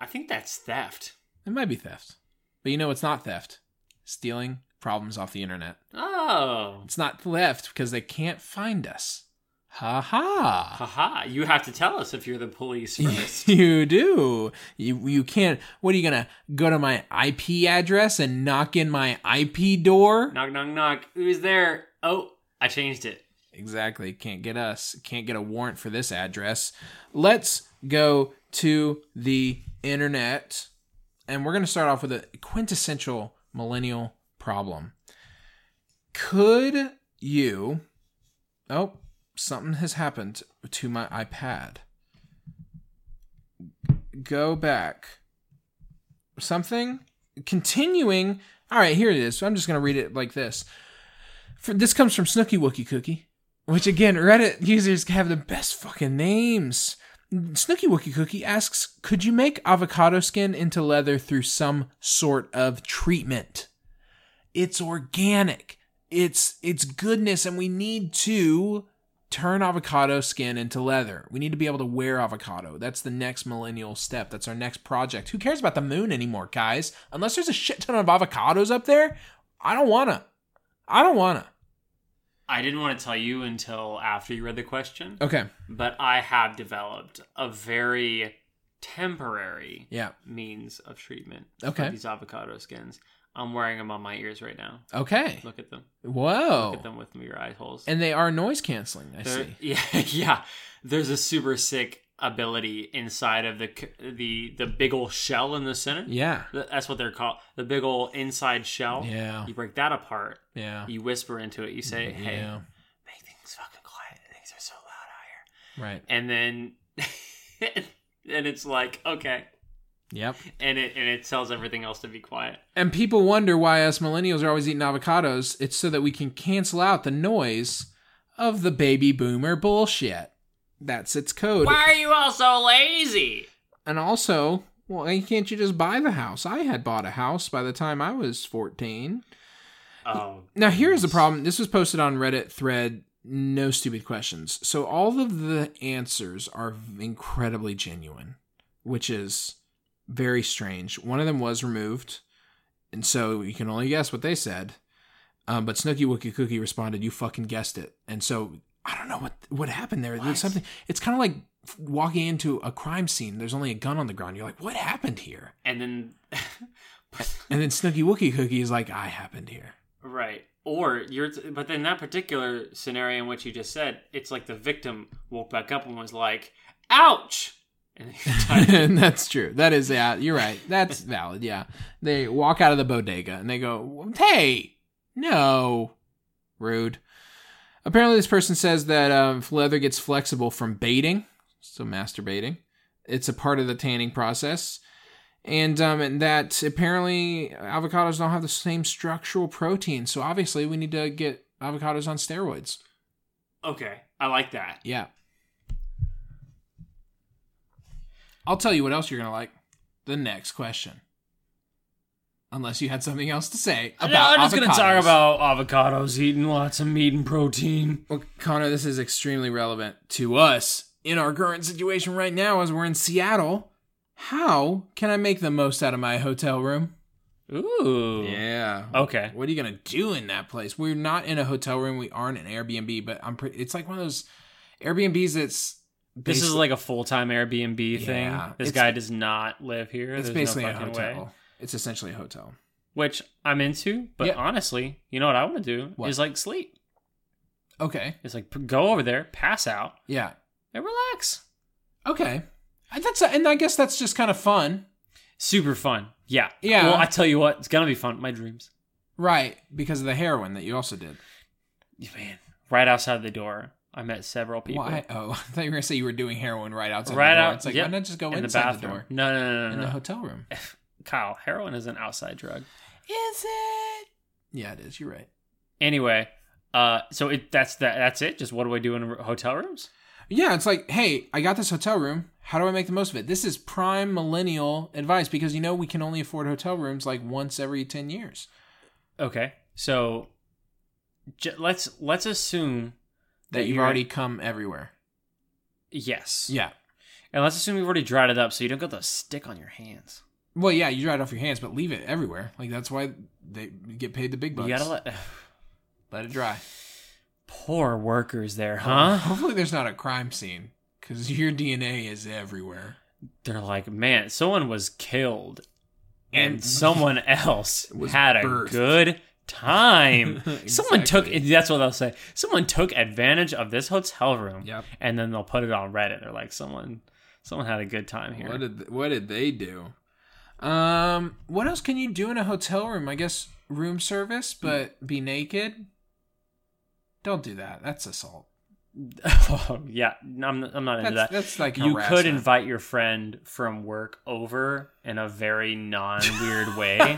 [SPEAKER 2] I think that's theft.
[SPEAKER 1] It might be theft, but you know it's not theft. Stealing problems off the internet.
[SPEAKER 2] Oh,
[SPEAKER 1] It's not theft because they can't find us. Ha ha.
[SPEAKER 2] haha! You have to tell us if you're the police first.
[SPEAKER 1] You do. You you can't. What are you gonna go to my IP address and knock in my IP door?
[SPEAKER 2] knock, knock, knock. Who's there? Oh, I changed it.
[SPEAKER 1] Exactly. Can't get us. Can't get a warrant for this address. Let's go to the internet. And we're going to start off with a quintessential millennial problem. Could you. Oh, something has happened to my iPad. Go back. Something continuing. All right, here it is. So I'm just going to read it like this. For, this comes from Snooky Wookie Cookie, which again, Reddit users have the best fucking names. Snooky Wookie Cookie asks, could you make avocado skin into leather through some sort of treatment? It's organic. It's it's goodness, and we need to turn avocado skin into leather. We need to be able to wear avocado. That's the next millennial step. That's our next project. Who cares about the moon anymore, guys? Unless there's a shit ton of avocados up there, I don't wanna. I don't wanna.
[SPEAKER 2] I didn't want to tell you until after you read the question.
[SPEAKER 1] Okay.
[SPEAKER 2] but I have developed a very temporary
[SPEAKER 1] Yeah.
[SPEAKER 2] means of treatment
[SPEAKER 1] Okay.
[SPEAKER 2] for these avocado skins. I'm wearing them on my ears right now.
[SPEAKER 1] Okay.
[SPEAKER 2] Look at them.
[SPEAKER 1] Whoa.
[SPEAKER 2] Look at them with your eye holes.
[SPEAKER 1] And they are noise canceling. I
[SPEAKER 2] There-
[SPEAKER 1] see.
[SPEAKER 2] yeah, yeah. There's a super sick ability inside of the c- the the big ol' shell in the center.
[SPEAKER 1] Yeah.
[SPEAKER 2] Th- That's what they're called. The big ol' inside shell.
[SPEAKER 1] Yeah.
[SPEAKER 2] You break that apart.
[SPEAKER 1] Yeah.
[SPEAKER 2] You whisper into it. You say, "Hey,
[SPEAKER 1] Yeah.
[SPEAKER 2] make things fucking quiet. Things are so loud out here."
[SPEAKER 1] Right.
[SPEAKER 2] and then and it's like okay
[SPEAKER 1] Yep.
[SPEAKER 2] and it and it tells everything else to be quiet
[SPEAKER 1] And people wonder why us millennials are always eating avocados. It's so that we can cancel out the noise of the baby boomer bullshit. That's its code.
[SPEAKER 2] why are you all so lazy
[SPEAKER 1] And also, why can't you just buy the house? I had bought a house by the time I was 14.
[SPEAKER 2] Oh,
[SPEAKER 1] Now here's the problem. This was posted on Reddit thread no stupid questions. So all of the answers are incredibly genuine, which is very strange. One of them was removed, and so you can only guess what they said. Um, but Snooky Wookie Cookie responded, "You fucking guessed it." And so I don't know what what happened there.
[SPEAKER 2] What?
[SPEAKER 1] There's something. It's kind of like walking into a crime scene. There's only a gun on the ground. You're like, "What happened here?"
[SPEAKER 2] and then
[SPEAKER 1] And then Snooky Wookie Cookie is like, "I happened here."
[SPEAKER 2] right. Or you're, but then that particular scenario in which you just said, it's like the victim woke back up and was like, "Ouch!" And they typed
[SPEAKER 1] and that's true. That is yeah. You're right. That's valid. Yeah. They walk out of the bodega and they go, "Hey, no, rude." Apparently, this person says that um, if leather gets flexible from baiting, so masturbating. It's a part of the tanning process, and um, and that apparently avocados don't have the same structural protein. So obviously, we need to get avocados on steroids.
[SPEAKER 2] Okay, I like that.
[SPEAKER 1] Yeah. I'll tell you what else you're going to like. The next question. Unless you had something else to say about
[SPEAKER 2] gonna
[SPEAKER 1] avocados.
[SPEAKER 2] avocados, eating lots of meat and protein.
[SPEAKER 1] Well, Connor, this is extremely relevant to us in our current situation right now as we're in Seattle. How can I make the most out of my hotel room?
[SPEAKER 2] Ooh.
[SPEAKER 1] Yeah.
[SPEAKER 2] Okay.
[SPEAKER 1] What are you gonna do in that place? We're not in a hotel room. We aren't an Airbnb, but I'm pretty. It's like one of those Airbnbs that's
[SPEAKER 2] This is like a full time Airbnb
[SPEAKER 1] Yeah,
[SPEAKER 2] thing. This
[SPEAKER 1] it's-
[SPEAKER 2] guy does not live here.
[SPEAKER 1] It's
[SPEAKER 2] There's
[SPEAKER 1] basically
[SPEAKER 2] no
[SPEAKER 1] a
[SPEAKER 2] fucking
[SPEAKER 1] hotel.
[SPEAKER 2] Way.
[SPEAKER 1] It's essentially a hotel.
[SPEAKER 2] Which I'm into, but
[SPEAKER 1] Yeah.
[SPEAKER 2] honestly, you know what I want to do
[SPEAKER 1] What?
[SPEAKER 2] is like sleep.
[SPEAKER 1] Okay.
[SPEAKER 2] It's like p- go over there, pass out,
[SPEAKER 1] Yeah.
[SPEAKER 2] and relax.
[SPEAKER 1] Okay. I- That's and I guess that's just kind of fun,
[SPEAKER 2] Super fun. Yeah.
[SPEAKER 1] Yeah.
[SPEAKER 2] Well, I tell you what, it's gonna be fun. My dreams.
[SPEAKER 1] right? Because of the heroin that you also did.
[SPEAKER 2] Man, right outside the door, I met several people.
[SPEAKER 1] Why? Oh, I thought you were gonna say you were doing heroin right outside.
[SPEAKER 2] Right
[SPEAKER 1] the door.
[SPEAKER 2] out.
[SPEAKER 1] It's like
[SPEAKER 2] yep,
[SPEAKER 1] why not just go
[SPEAKER 2] in
[SPEAKER 1] Oh, inside the,
[SPEAKER 2] bathroom.
[SPEAKER 1] door
[SPEAKER 2] No, no, no, no,
[SPEAKER 1] in
[SPEAKER 2] no.
[SPEAKER 1] the hotel room?
[SPEAKER 2] Kyle, heroin is an outside drug.
[SPEAKER 1] Is it? Yeah, it is. You're right.
[SPEAKER 2] Anyway, uh, so it that's that that's it. Just what do I do in r- hotel rooms?
[SPEAKER 1] Yeah, it's like, hey, I got this hotel room. How do I make the most of it? This is prime millennial advice because you know we can only afford hotel rooms like once every ten years.
[SPEAKER 2] Okay, so j- let's let's assume
[SPEAKER 1] That,
[SPEAKER 2] That
[SPEAKER 1] you've
[SPEAKER 2] you're-
[SPEAKER 1] already come everywhere.
[SPEAKER 2] yes,
[SPEAKER 1] Yeah.
[SPEAKER 2] and let's assume you've already dried it up, so you don't got the stick on your hands.
[SPEAKER 1] Well, yeah, you dry it off your hands, but leave it everywhere. Like that's why they get paid the big bucks.
[SPEAKER 2] You gotta let
[SPEAKER 1] Let it dry.
[SPEAKER 2] poor workers there, huh?
[SPEAKER 1] Hopefully, there's not a crime scene because your DNA is everywhere.
[SPEAKER 2] They're like, man, someone was killed, and
[SPEAKER 1] And-
[SPEAKER 2] someone else
[SPEAKER 1] Was
[SPEAKER 2] had a
[SPEAKER 1] birthed.
[SPEAKER 2] good time. Someone took
[SPEAKER 1] Exactly.
[SPEAKER 2] that's what they'll say. Someone took advantage of this hotel room.
[SPEAKER 1] Yep.
[SPEAKER 2] and then they'll put it on Reddit. They're like, someone, someone had a good time here.
[SPEAKER 1] What did what did they do? Um, what else can you do in a hotel room? I guess room service, but be naked. Don't do that. That's assault.
[SPEAKER 2] oh, yeah, no, I'm, I'm not into
[SPEAKER 1] That's
[SPEAKER 2] that.
[SPEAKER 1] that's like
[SPEAKER 2] You could
[SPEAKER 1] harassment.
[SPEAKER 2] invite your friend from work over in a very non weird way,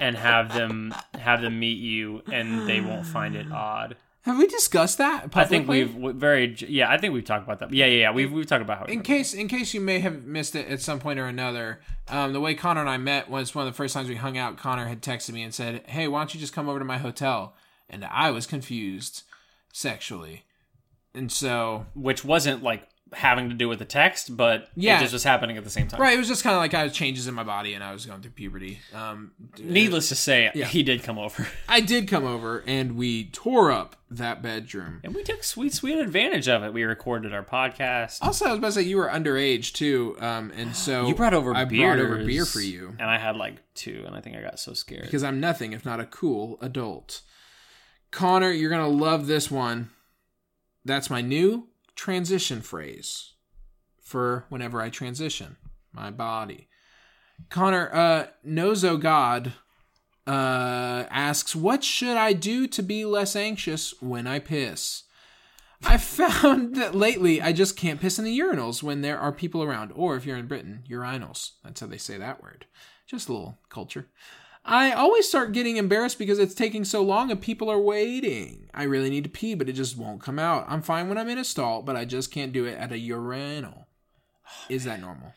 [SPEAKER 2] and have them have them meet you, and they won't find it odd.
[SPEAKER 1] Have we discussed that? Publicly?
[SPEAKER 2] I think we've w- very yeah. I think we've talked about that. Yeah, yeah, yeah. We've we've talked about how.
[SPEAKER 1] in case in case you may have missed it at some point or another um, the way connor and i met was one of the first times we hung out connor had texted me and said hey why don't you just come over to my hotel and i was confused sexually and so
[SPEAKER 2] which wasn't like having to do with the text, but
[SPEAKER 1] Yeah.
[SPEAKER 2] it just was happening at the same time.
[SPEAKER 1] right it was just kind of like i was changes in my body and i was going through puberty um,
[SPEAKER 2] Needless to say,
[SPEAKER 1] Yeah.
[SPEAKER 2] he did come over,
[SPEAKER 1] i did come over and we tore up that bedroom
[SPEAKER 2] and we took sweet, sweet advantage of it. We recorded our podcast.
[SPEAKER 1] also i was about to say you were underage too um, and so
[SPEAKER 2] Oh, you brought over
[SPEAKER 1] i
[SPEAKER 2] beers,
[SPEAKER 1] brought over beer for you
[SPEAKER 2] and I had like two, and I think I got so scared.
[SPEAKER 1] because I'm nothing if not a cool adult. Connor, you're going to love this one. That's my new transition phrase for whenever I transition my body. Connor, uh, Nozo God uh, asks, What should I do to be less anxious when I piss? I found that lately I just can't piss in the urinals when there are people around, or if you're in Britain, urinals. That's how they say that word. Just a little culture. I always start getting embarrassed because it's taking so long and people are waiting. I really need to pee, but it just won't come out. I'm fine when I'm in a stall, but I just can't do it at a urinal. Is that normal?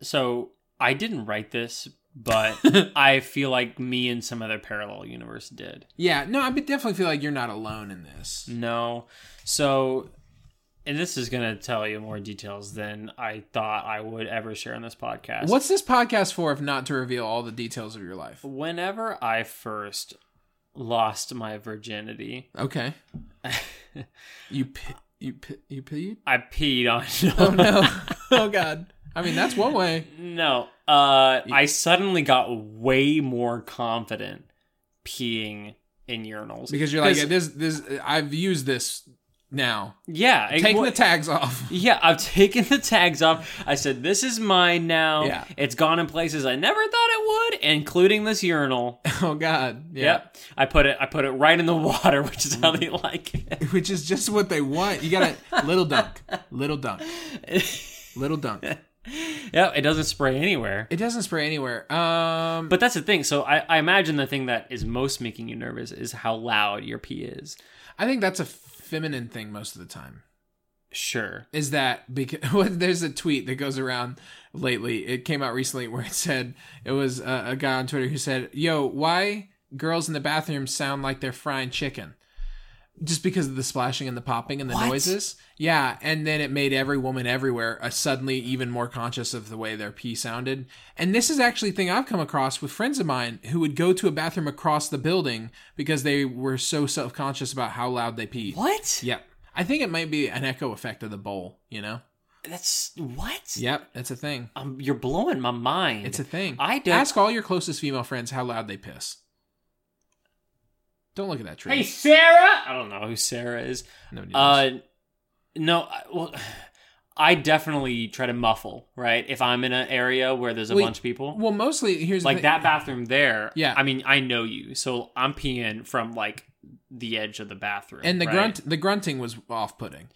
[SPEAKER 2] so I didn't write this, but I feel like me and some other parallel universe did.
[SPEAKER 1] Yeah, no, I definitely feel like you're not alone in this.
[SPEAKER 2] No. So, and this is going to tell you more details than I thought I would ever share on this podcast.
[SPEAKER 1] What's this podcast for if not to reveal all the details of your life?
[SPEAKER 2] Whenever I first lost my virginity,
[SPEAKER 1] Okay. you pi- you pi- you peed?
[SPEAKER 2] I peed on.
[SPEAKER 1] Oh no. oh god. I mean, that's one way.
[SPEAKER 2] No, uh, I suddenly got way more confident peeing in urinals
[SPEAKER 1] Because you're like this this I've used this now.
[SPEAKER 2] yeah, it-
[SPEAKER 1] Take
[SPEAKER 2] well,
[SPEAKER 1] the tags off.
[SPEAKER 2] yeah, I've taken the tags off. I said this is mine now.
[SPEAKER 1] Yeah.
[SPEAKER 2] it's gone in places I never thought it would, including this urinal.
[SPEAKER 1] Oh god. Yeah.
[SPEAKER 2] Yep, I put it. I put it right in the water, which is
[SPEAKER 1] Mm.
[SPEAKER 2] how they like it.
[SPEAKER 1] Which is just what they want. You got to little dunk. Little dunk. Little dunk.
[SPEAKER 2] Yep, it doesn't spray anywhere.
[SPEAKER 1] It doesn't spray anywhere. Um
[SPEAKER 2] But that's the thing. So I, I imagine the thing that is most making you nervous is how loud your pee is.
[SPEAKER 1] I think that's a feminine thing most of the time.
[SPEAKER 2] Sure.
[SPEAKER 1] is that because well, there's a tweet that goes around lately. It came out recently where it said it was a, a guy on Twitter who said, "Yo, why girls in the bathroom sound like they're frying chicken?" Just because of the splashing and the popping and the
[SPEAKER 2] What?
[SPEAKER 1] noises, yeah. And then it made every woman everywhere uh, suddenly even more conscious of the way their pee sounded. And this is actually a thing I've come across with friends of mine who would go to a bathroom across the building because they were so self conscious about how loud they peed.
[SPEAKER 2] What?
[SPEAKER 1] Yep. I think it might be an echo effect of the bowl, you know?
[SPEAKER 2] That's what?
[SPEAKER 1] Yep, that's a thing.
[SPEAKER 2] Um, you're blowing my mind.
[SPEAKER 1] It's a thing.
[SPEAKER 2] I don't.
[SPEAKER 1] Ask all your closest female friends how loud they piss. Don't look at that tree.
[SPEAKER 2] hey, Sarah. I don't know who Sarah is.
[SPEAKER 1] No one
[SPEAKER 2] Uh, no. I, well, I definitely try to muffle. Right. If I'm in an area where there's a
[SPEAKER 1] Wait,
[SPEAKER 2] bunch of people,
[SPEAKER 1] well, mostly here's
[SPEAKER 2] like
[SPEAKER 1] the thing.
[SPEAKER 2] that bathroom there.
[SPEAKER 1] Yeah.
[SPEAKER 2] I mean, I know you, so I'm peeing from like the edge of the bathroom.
[SPEAKER 1] And the
[SPEAKER 2] right?
[SPEAKER 1] grunt, the grunting was off-putting.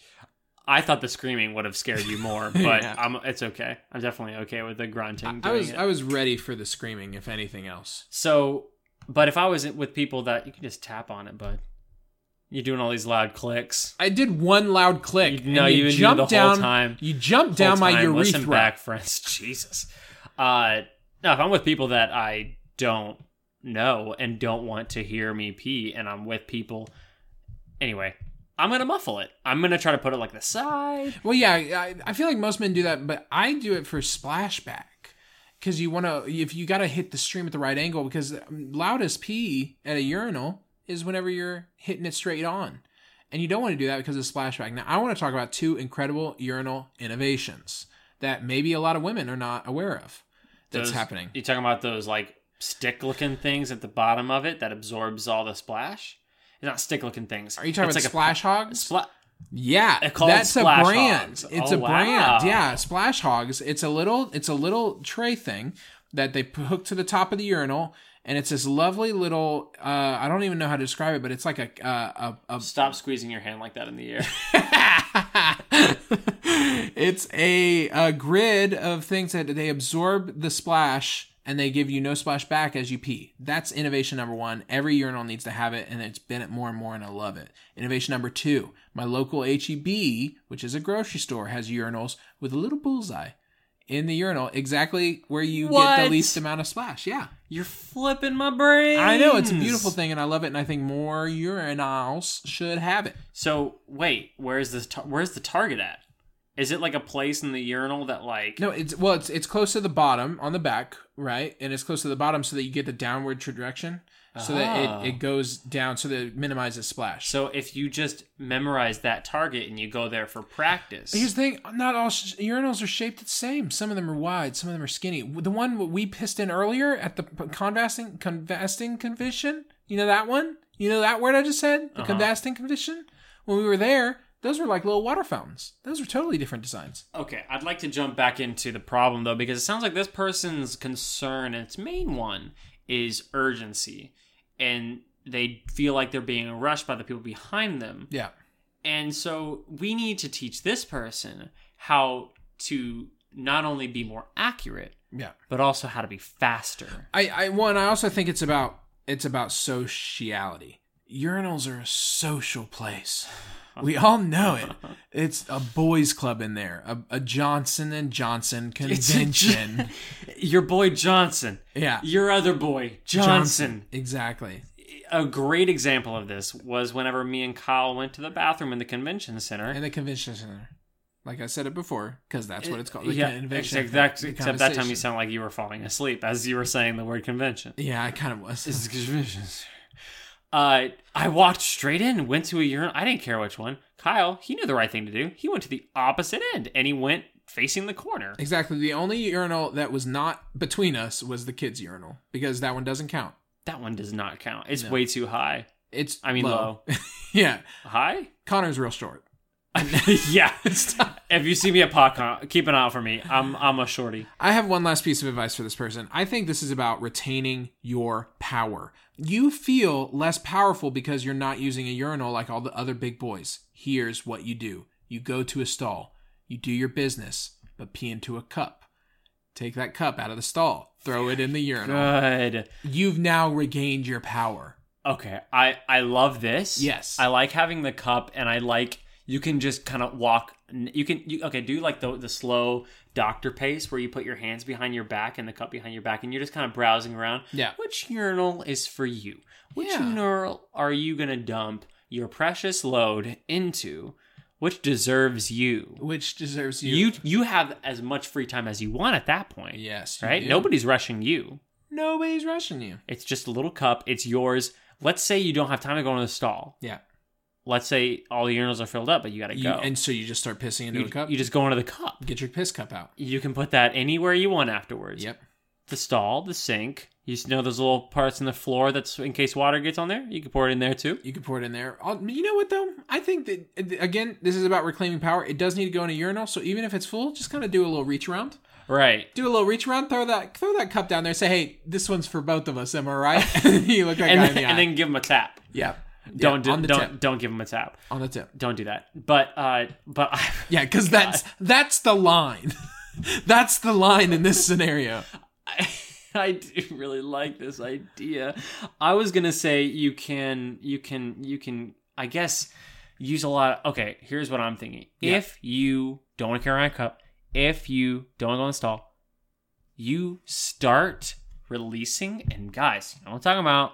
[SPEAKER 2] I thought the screaming would have scared you more, but
[SPEAKER 1] Yeah.
[SPEAKER 2] I'm. It's okay. I'm definitely okay with the grunting.
[SPEAKER 1] I
[SPEAKER 2] doing
[SPEAKER 1] was,
[SPEAKER 2] it.
[SPEAKER 1] I was ready for the screaming, if anything else.
[SPEAKER 2] So, but if I was with people that you can just tap on it, bud. You're doing all these loud clicks.
[SPEAKER 1] I did one loud click.
[SPEAKER 2] You- no,
[SPEAKER 1] and
[SPEAKER 2] you,
[SPEAKER 1] you
[SPEAKER 2] you
[SPEAKER 1] jumped
[SPEAKER 2] the
[SPEAKER 1] down.
[SPEAKER 2] whole time.
[SPEAKER 1] You jumped down
[SPEAKER 2] Whole
[SPEAKER 1] my
[SPEAKER 2] time.
[SPEAKER 1] urethra.
[SPEAKER 2] Listen back, friends. Jesus. Uh, no, if I'm with people that I don't know and don't want to hear me pee, and I'm with people, anyway, I'm gonna muffle it. I'm gonna try to put it like the side.
[SPEAKER 1] Well, yeah, I, I feel like most men do that, but I do it for splashback because you want to. If you got to hit the stream at the right angle, because loudest pee at a urinal is whenever you're hitting it straight on, and you don't want to do that because of splashback. Now, I want to talk about two incredible urinal innovations that maybe a lot of women are not aware of. That's
[SPEAKER 2] Those-
[SPEAKER 1] happening.
[SPEAKER 2] You talking about those like stick looking things at the bottom of it that absorbs all the splash? Not stick looking things.
[SPEAKER 1] Are you talking
[SPEAKER 2] It's
[SPEAKER 1] about
[SPEAKER 2] like
[SPEAKER 1] splash
[SPEAKER 2] A,
[SPEAKER 1] hogs?
[SPEAKER 2] spla-
[SPEAKER 1] Yeah,
[SPEAKER 2] They're called
[SPEAKER 1] that's a
[SPEAKER 2] Splash
[SPEAKER 1] brand.
[SPEAKER 2] Hogs.
[SPEAKER 1] It's
[SPEAKER 2] Oh,
[SPEAKER 1] a brand.
[SPEAKER 2] wow.
[SPEAKER 1] Yeah, splash hogs. It's a little. It's a little tray thing that they p- hook to the top of the urinal, and it's this lovely little. Uh, I don't even know how to describe it, but it's like a uh, a. a
[SPEAKER 2] Stop squeezing your hand like that in the air.
[SPEAKER 1] it's a, a grid of things that they absorb the splash and they give you no splash back as you pee. That's innovation number one. Every urinal needs to have it, and it's been it more and more, and I love it. Innovation number two my local HEB, which is a grocery store, has urinals with a little bullseye in the urinal exactly where you get the
[SPEAKER 2] What?
[SPEAKER 1] least amount of splash. Yeah.
[SPEAKER 2] You're flipping my brain.
[SPEAKER 1] I know, it's a beautiful thing, and I love it, and I think more urinals should have it.
[SPEAKER 2] So wait, where's this? Tar- where's the target at? Is it like a place in the urinal that like?
[SPEAKER 1] No, it's well, it's it's close to the bottom on the back, right? And it's close to the bottom so that you get the downward trajectory, so that
[SPEAKER 2] Oh.
[SPEAKER 1] it, it goes down, so that it minimizes splash. So
[SPEAKER 2] So if you just memorize that target and you go there for practice,
[SPEAKER 1] here's the thing: not all sh- urinals are shaped the same. Some of them are wide, some of them are skinny. The one we pissed in earlier at the p- convasting convasting convention, you know that one? You know that word I just said? The convasting convention. When we were there, those were like little water fountains. Those were totally different designs.
[SPEAKER 2] okay. I'd like to jump back into the problem though, because it sounds like this person's concern, and its main one, is urgency, and they feel like they're being rushed by the people behind them.
[SPEAKER 1] Yeah.
[SPEAKER 2] And so we need to teach this person how to not only be more accurate,
[SPEAKER 1] Yeah.
[SPEAKER 2] but also how to be faster.
[SPEAKER 1] I, I one I also think it's about it's about sociality. Urinals are a social place. We all know it. It's a boys' club in there, a, a Johnson and Johnson
[SPEAKER 2] It's a J-
[SPEAKER 1] convention.
[SPEAKER 2] Your boy Johnson.
[SPEAKER 1] yeah,
[SPEAKER 2] Your other boy, Johnson.
[SPEAKER 1] Exactly.
[SPEAKER 2] A great example of this was whenever me and Kyle went to the bathroom in the convention center.
[SPEAKER 1] And the convention center, like I said it before, because that's what it's called. The
[SPEAKER 2] yeah,
[SPEAKER 1] convention.
[SPEAKER 2] except that, except that time you
[SPEAKER 1] conversation.
[SPEAKER 2] sound like you were falling asleep as you were saying the word convention.
[SPEAKER 1] Yeah, I kind of was.
[SPEAKER 2] It's a convention center. Uh, I walked straight in, went to a urinal. I didn't care which one. Kyle, he knew the right thing to do. He went to the opposite end and he went facing the corner.
[SPEAKER 1] Exactly. The only urinal that was not between us was the kids' urinal because that one doesn't count.
[SPEAKER 2] That one does not count. It's
[SPEAKER 1] No.
[SPEAKER 2] way too high.
[SPEAKER 1] It's
[SPEAKER 2] I mean,
[SPEAKER 1] yeah,
[SPEAKER 2] High?
[SPEAKER 1] Connor's real short.
[SPEAKER 2] yeah. If you see me at PodCon, keep an eye out for me. I'm I'm a shorty.
[SPEAKER 1] I have one last piece of advice for this person. I think this is about retaining your power. You feel less powerful because you're not using a urinal like all the other big boys. Here's what you do you go to a stall, you do your business, but pee into a cup. Take that cup out of the stall, throw it in the urinal.
[SPEAKER 2] Good.
[SPEAKER 1] You've now regained your power.
[SPEAKER 2] Okay. I I love this.
[SPEAKER 1] Yes.
[SPEAKER 2] I like having the cup, and I like you can just kind of walk. You can you okay? Do like the the slow doctor pace where you put your hands behind your back and the cup behind your back, and you're just kind of browsing around.
[SPEAKER 1] Yeah.
[SPEAKER 2] Which urinal is for you? Which
[SPEAKER 1] Yeah.
[SPEAKER 2] urinal are you gonna dump your precious load into? Which deserves you?
[SPEAKER 1] Which deserves you.
[SPEAKER 2] you you have as much free time as you want at that point
[SPEAKER 1] Yes. you
[SPEAKER 2] right
[SPEAKER 1] do.
[SPEAKER 2] nobody's rushing you
[SPEAKER 1] Nobody's rushing you.
[SPEAKER 2] it's just a little cup it's yours let's say you don't have time to go into the stall
[SPEAKER 1] Yeah.
[SPEAKER 2] let's say all the urinals are filled up but you gotta
[SPEAKER 1] You-
[SPEAKER 2] go
[SPEAKER 1] and so you just start pissing into
[SPEAKER 2] you,
[SPEAKER 1] a cup.
[SPEAKER 2] you just go into the cup
[SPEAKER 1] Get your piss cup out.
[SPEAKER 2] you can put that anywhere you want afterwards
[SPEAKER 1] Yep.
[SPEAKER 2] the stall the sink you just know those little parts in the floor that's in case water gets on there you can pour it in there too
[SPEAKER 1] You could pour it in there. I'll, you know what though? I think that again, this is about reclaiming power. It does need to go in a urinal, so even if it's full, just kind of do a little reach around.
[SPEAKER 2] right
[SPEAKER 1] Do a little reach around. Throw that throw that cup down there. Say, hey, this one's for both of us. Am I right? you look like
[SPEAKER 2] and
[SPEAKER 1] guy
[SPEAKER 2] then,
[SPEAKER 1] in the
[SPEAKER 2] and
[SPEAKER 1] eye.
[SPEAKER 2] then give them a tap
[SPEAKER 1] yeah.
[SPEAKER 2] don't
[SPEAKER 1] Yeah,
[SPEAKER 2] do,
[SPEAKER 1] on the
[SPEAKER 2] don't
[SPEAKER 1] tip.
[SPEAKER 2] don't give them a tap
[SPEAKER 1] On the tip.
[SPEAKER 2] don't do that but uh but I,
[SPEAKER 1] Yeah, because that's that's the line. that's the line in this scenario.
[SPEAKER 2] I, I do really like this idea. I was gonna say you can you can you can I guess use a lot. Of, okay, here's what I'm thinking:
[SPEAKER 1] Yeah.
[SPEAKER 2] if you don't want to carry around a cup, if you don't go install, you start releasing. And guys, you know what I'm talking about.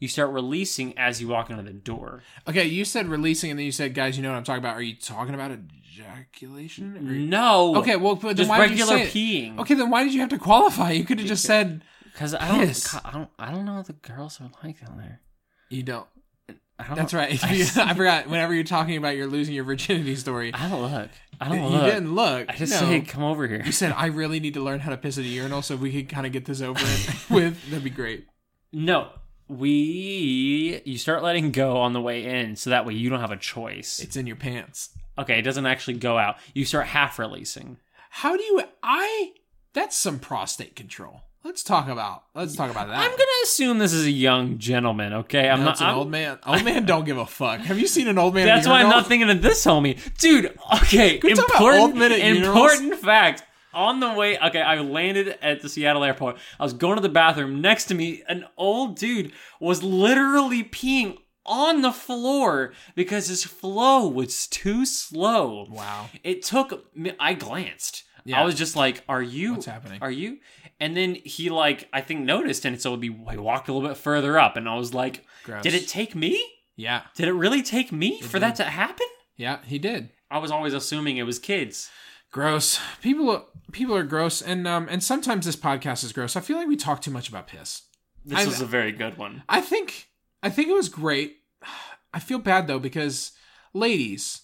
[SPEAKER 2] You start releasing as you walk into the door.
[SPEAKER 1] Okay, you said releasing, and then you said, guys, you know what I'm talking about. Are you talking about ejaculation? Are you-
[SPEAKER 2] No.
[SPEAKER 1] Okay, well, but then
[SPEAKER 2] Mm. just
[SPEAKER 1] why
[SPEAKER 2] regular
[SPEAKER 1] did you say it?
[SPEAKER 2] peeing.
[SPEAKER 1] Okay, then why did you have to qualify? You could have just said
[SPEAKER 2] Because I don't,
[SPEAKER 1] Piss.
[SPEAKER 2] I don't, I don't know what the girls are like down there.
[SPEAKER 1] you don't.
[SPEAKER 2] Oh. I don't
[SPEAKER 1] That's
[SPEAKER 2] know.
[SPEAKER 1] right. I forgot. Whenever you're talking about your losing your virginity story,
[SPEAKER 2] I don't look. I don't
[SPEAKER 1] you
[SPEAKER 2] look.
[SPEAKER 1] didn't look.
[SPEAKER 2] I just
[SPEAKER 1] no.
[SPEAKER 2] say, come over here.
[SPEAKER 1] you said I really need to learn how to piss at a urinal, so if we could kind of get this over it with. That'd be great.
[SPEAKER 2] No, we. You start letting go on the way in, so that way you don't have a choice.
[SPEAKER 1] It's in your pants.
[SPEAKER 2] Okay, it doesn't actually go out. You start half releasing.
[SPEAKER 1] How do you? I. That's some prostate control. Let's talk about. Let's talk about that.
[SPEAKER 2] I'm gonna assume this is a young gentleman. Okay, I'm
[SPEAKER 1] No,
[SPEAKER 2] not.
[SPEAKER 1] it's Ah. an
[SPEAKER 2] I'm-
[SPEAKER 1] old man. Old man don't give a fuck. Have you seen an old man? at a
[SPEAKER 2] that's why I'm
[SPEAKER 1] urinal?
[SPEAKER 2] not thinking of this, homie, dude. Okay,
[SPEAKER 1] we talk about old
[SPEAKER 2] important,
[SPEAKER 1] men at urinals?
[SPEAKER 2] important fact. On the way, okay, I landed at the Seattle airport. I was going to the bathroom. Next to me, an old dude was literally peeing on the floor because his flow was too slow.
[SPEAKER 1] Wow.
[SPEAKER 2] It took me I glanced.
[SPEAKER 1] Yeah.
[SPEAKER 2] I was just like, "Are you?
[SPEAKER 1] What's happening?
[SPEAKER 2] Are you?" And then he like I think noticed, and so he he walked a little bit further up, and I was like,
[SPEAKER 1] Gross.
[SPEAKER 2] "Did it take me?
[SPEAKER 1] Yeah.
[SPEAKER 2] Did it really take me for that to happen?"
[SPEAKER 1] Yeah. He did.
[SPEAKER 2] I was always assuming it was kids.
[SPEAKER 1] Gross. People. People are gross, and um, and sometimes this podcast is gross. I feel like we talk too much about piss.
[SPEAKER 2] This
[SPEAKER 1] I-
[SPEAKER 2] was a very good one.
[SPEAKER 1] I think I think it was great. I feel bad though because ladies,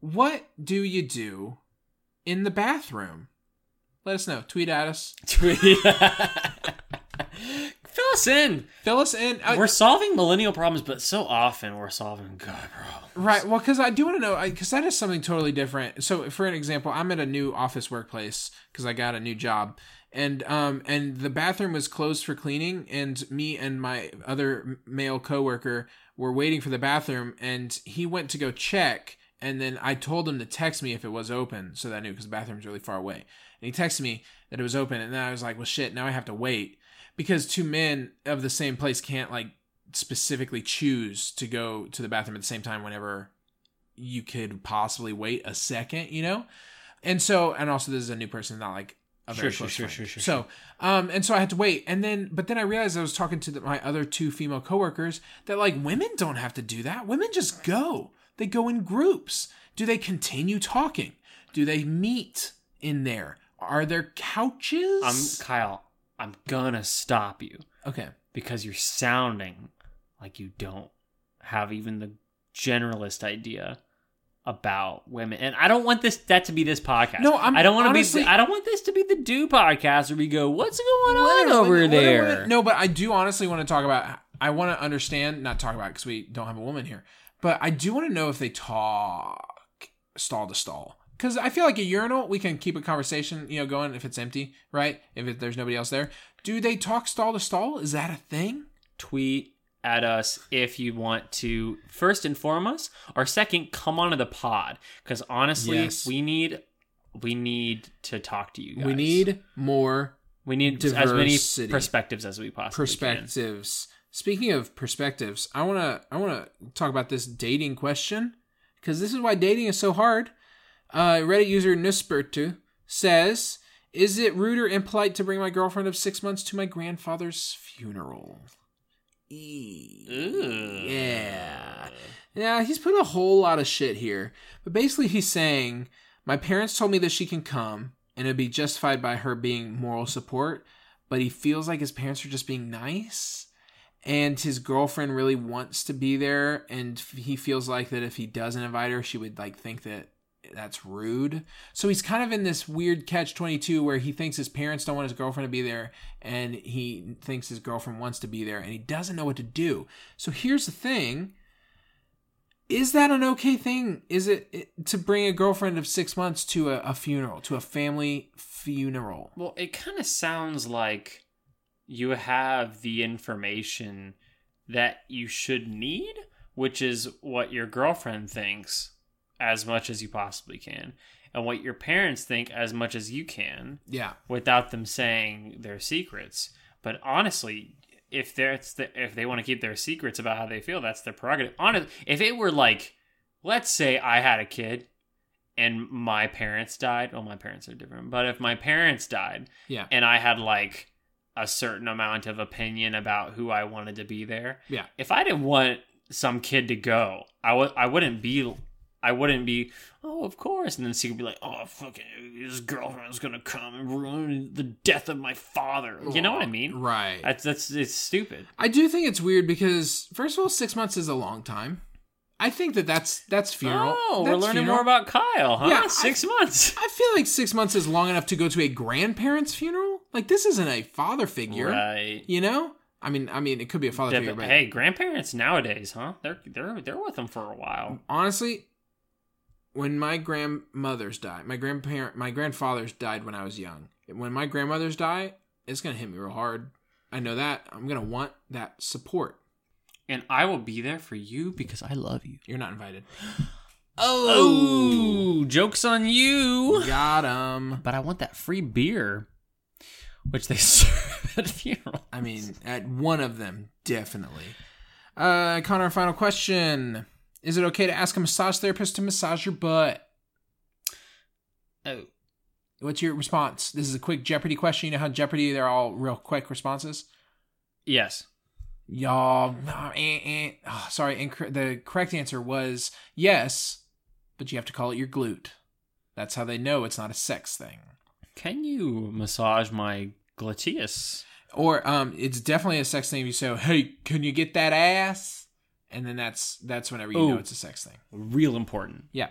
[SPEAKER 1] what do you do in the bathroom? Let us know. Tweet at us.
[SPEAKER 2] Fill us in.
[SPEAKER 1] Fill us in. Uh,
[SPEAKER 2] We're solving millennial problems, but so often we're solving God problems.
[SPEAKER 1] right. Well, because I do want to know because that is something totally different. So, for an example, I'm at a new office workplace because I got a new job, and um and the bathroom was closed for cleaning, and me and my other male coworker were waiting for the bathroom, and he went to go check. And then I told him to text me if it was open, so that I knew because the bathroom's really far away. And he texted me that it was open, and then I was like, "Well, shit! Now I have to wait because two men of the same place can't like specifically choose to go to the bathroom at the same time whenever you could possibly wait a second, you know? And so, and also, this is a new person, not like a very
[SPEAKER 2] Sure,
[SPEAKER 1] close
[SPEAKER 2] sure,
[SPEAKER 1] friend.
[SPEAKER 2] sure, sure, sure,
[SPEAKER 1] So, um, and so I had to wait, and then, but then I realized I was talking to the, my other two female coworkers that like women don't have to do that. Women just go. They go in groups. Do they continue talking? Do they meet in there? Are there
[SPEAKER 2] I'm
[SPEAKER 1] couches?
[SPEAKER 2] Kyle. I'm gonna stop you
[SPEAKER 1] okay.
[SPEAKER 2] because you're sounding like you don't have even the generalist idea about women. And I don't want this that to be this podcast.
[SPEAKER 1] No, I'm-
[SPEAKER 2] I don't want to
[SPEAKER 1] honestly-
[SPEAKER 2] be. I don't want this to be the do podcast where we go, "What's going on
[SPEAKER 1] Literally,
[SPEAKER 2] over
[SPEAKER 1] what do I
[SPEAKER 2] there?"
[SPEAKER 1] wanna- no, but I do honestly want to talk about. I want to understand, not talk about because we don't have a woman here, but I do want to know if they talk stall to stall. Because I feel like a urinal, we can keep a conversation, you know, going if it's empty, right? If it, there's nobody else there. Do they talk stall to stall? Is that a thing?
[SPEAKER 2] tweet at us if you want to first inform us or second come onto the pod because honestly
[SPEAKER 1] Yes.
[SPEAKER 2] we need we need to talk to you guys.
[SPEAKER 1] We need more
[SPEAKER 2] we need as many
[SPEAKER 1] diversity.
[SPEAKER 2] perspectives as we possibly can
[SPEAKER 1] perspectives. Speaking of perspectives, I want to I want to talk about this dating question because this is why dating is so hard. Uh, Reddit user Nuspertu says, "Is it rude or impolite to bring my girlfriend of six months to my grandfather's funeral?" E- Yeah, yeah. He's put a whole lot of shit here, but basically he's saying, "My parents told me that she can come, and it'd be justified by her being moral support." but he feels like his parents are just being nice and his girlfriend really wants to be there and f- he feels like that if he doesn't invite her she would like think that that's rude so he's kind of in this weird catch 22 where he thinks his parents don't want his girlfriend to be there and he thinks his girlfriend wants to be there and he doesn't know what to do so here's the thing is that an okay thing is it, it- to bring a girlfriend of six months to a, a funeral to a family funeral
[SPEAKER 2] well it kind of sounds like you have the information that you should need which is what your girlfriend thinks as much as you possibly can and what your parents think as much as you can
[SPEAKER 1] yeah
[SPEAKER 2] without them saying their secrets. But honestly, if that's the, if they want to keep their secrets about how they feel, that's their prerogative. Honest, if it were like, let's say I had a kid and my parents died. Well, my parents are different, but if my parents died
[SPEAKER 1] yeah
[SPEAKER 2] and I had like a certain amount of opinion about who I wanted to be there,
[SPEAKER 1] Yeah.
[SPEAKER 2] If I didn't want some kid to go, I would. I wouldn't be. I wouldn't be. Oh, of course. And then she could be like, "Oh, fucking, his girlfriend's gonna come and ruin the death of my father." You know what I mean?
[SPEAKER 1] Right. I,
[SPEAKER 2] That's that's it's stupid.
[SPEAKER 1] do think it's weird because first of all, six months is a long time. I think that that's that's funeral.
[SPEAKER 2] Oh, we're
[SPEAKER 1] That's
[SPEAKER 2] learning
[SPEAKER 1] funeral.
[SPEAKER 2] more about Kyle, huh?
[SPEAKER 1] Yeah, I-
[SPEAKER 2] Six months.
[SPEAKER 1] I feel like six months is long enough to go to a grandparent's funeral. Like this isn't a father figure,
[SPEAKER 2] Right.
[SPEAKER 1] you know? I mean, I mean, it could be a father
[SPEAKER 2] Yeah,
[SPEAKER 1] figure,
[SPEAKER 2] but
[SPEAKER 1] but
[SPEAKER 2] hey, grandparents nowadays, huh? They're they're they're with them for a while.
[SPEAKER 1] honestly, when my grandmother's died, my grandparent, my grandfather's died when I was young. When my grandmother's die, it's gonna hit me real hard. I know that. I'm gonna want that support.
[SPEAKER 2] And I will be there for you because I love you.
[SPEAKER 1] You're not invited.
[SPEAKER 2] Oh, jokes on you.
[SPEAKER 1] Oh. Got him.
[SPEAKER 2] But I want that free beer, which they serve at funeral.
[SPEAKER 1] I mean, at one of them, definitely. Uh, Connor, final question. Is it okay to ask a massage therapist to massage your butt?
[SPEAKER 2] Oh,
[SPEAKER 1] What's your response? This is a quick Jeopardy question. You know how Jeopardy, they're all real quick responses?
[SPEAKER 2] yes.
[SPEAKER 1] Y'all, nah, eh, eh. Oh, sorry. Inc- the correct answer was yes, but you have to call it your glute. That's how they know it's not a sex thing.
[SPEAKER 2] Can you massage my gluteus?
[SPEAKER 1] Or um, it's definitely a sex thing if you say, hey, can you get that ass? And then that's that's whenever you know
[SPEAKER 2] Ooh.
[SPEAKER 1] it's a sex thing.
[SPEAKER 2] Real important.
[SPEAKER 1] Yeah.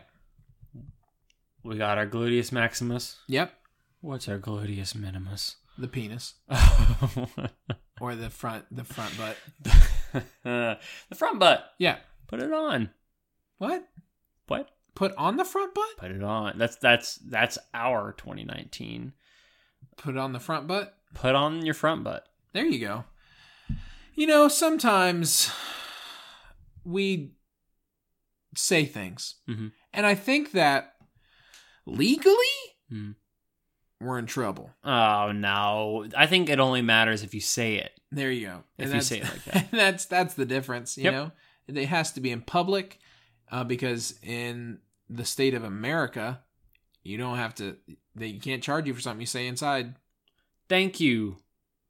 [SPEAKER 2] We got our gluteus maximus.
[SPEAKER 1] Yep.
[SPEAKER 2] What's our gluteus minimus?
[SPEAKER 1] The penis. or the front the front butt.
[SPEAKER 2] the front butt.
[SPEAKER 1] Yeah.
[SPEAKER 2] Put it on.
[SPEAKER 1] What?
[SPEAKER 2] What?
[SPEAKER 1] Put on the front butt?
[SPEAKER 2] Put it on. That's that's that's our 2019.
[SPEAKER 1] Put on the front butt.
[SPEAKER 2] Put on your front butt.
[SPEAKER 1] There you go. You know, sometimes we say things.
[SPEAKER 2] Mhm.
[SPEAKER 1] And I think that legally
[SPEAKER 2] Mhm.
[SPEAKER 1] we're in trouble.
[SPEAKER 2] Oh no! I think it only matters if you say it.
[SPEAKER 1] There you go.
[SPEAKER 2] If you
[SPEAKER 1] that's-
[SPEAKER 2] say it like that.
[SPEAKER 1] that's that's the difference, you
[SPEAKER 2] Yep.
[SPEAKER 1] know? It has to be in public. uh, because in the state of America, you don't have to. They can't charge you for something you say inside.
[SPEAKER 2] Thank you,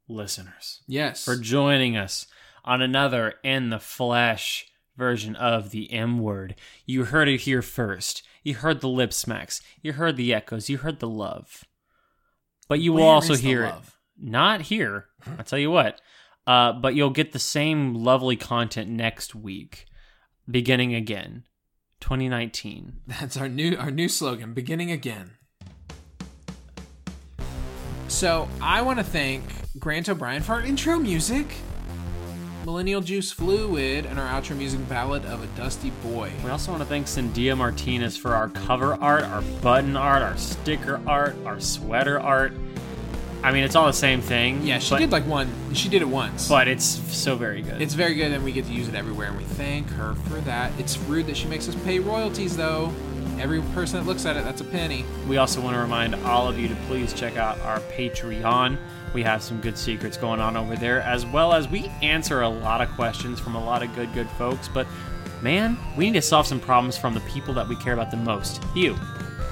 [SPEAKER 2] listeners,
[SPEAKER 1] Yes,
[SPEAKER 2] for joining us on another in the flesh version of the M word. You heard it here first. You heard the lip smacks. You heard the echoes. You heard the love. But you will
[SPEAKER 1] Where
[SPEAKER 2] also
[SPEAKER 1] is the
[SPEAKER 2] hear it.
[SPEAKER 1] love?
[SPEAKER 2] Not here. I'll tell you what. Uh, but you'll get the same lovely content next week, beginning again, 2019.
[SPEAKER 1] That's our new our new slogan, beginning again. So I want to thank Grant O'Brien for our intro music, Millennial Juice Fluid, and our outro music ballad of a Dusty Boy.
[SPEAKER 2] We also want to thank Cindia Martinez for our cover art, our button art, our sticker art, our sweater art. I mean, it's all the same thing.
[SPEAKER 1] Yeah, she
[SPEAKER 2] but,
[SPEAKER 1] did like one. She did it once.
[SPEAKER 2] But it's so very good.
[SPEAKER 1] it's very good, and we get to use it everywhere, and we thank her for that. It's rude that she makes us pay royalties, though. Every person that looks at it, that's a penny.
[SPEAKER 2] We also want to remind all of you to please check out our Patreon. We have some good secrets going on over there, as well as we answer a lot of questions from a lot of good, good folks. But man, we need to solve some problems from the people that we care about the most you.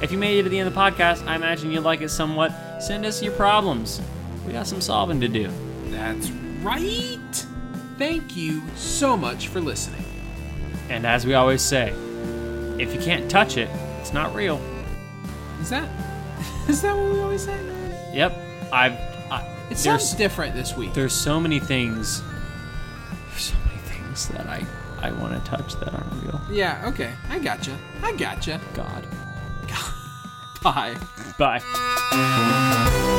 [SPEAKER 2] If you made it to the end of the podcast, I imagine you like it somewhat. Send us your problems. We got some solving to do.
[SPEAKER 1] That's right. Thank you so much for listening.
[SPEAKER 2] And as we always say, if you can't touch it, it's not real.
[SPEAKER 1] Is that is that what we always say?
[SPEAKER 2] Yep, I've. I,
[SPEAKER 1] It
[SPEAKER 2] there's-
[SPEAKER 1] sounds different this week.
[SPEAKER 2] there's so many things there's so many things that i i want to touch that aren't real
[SPEAKER 1] Yeah, okay. I gotcha. I gotcha.
[SPEAKER 2] god
[SPEAKER 1] Bye.
[SPEAKER 2] bye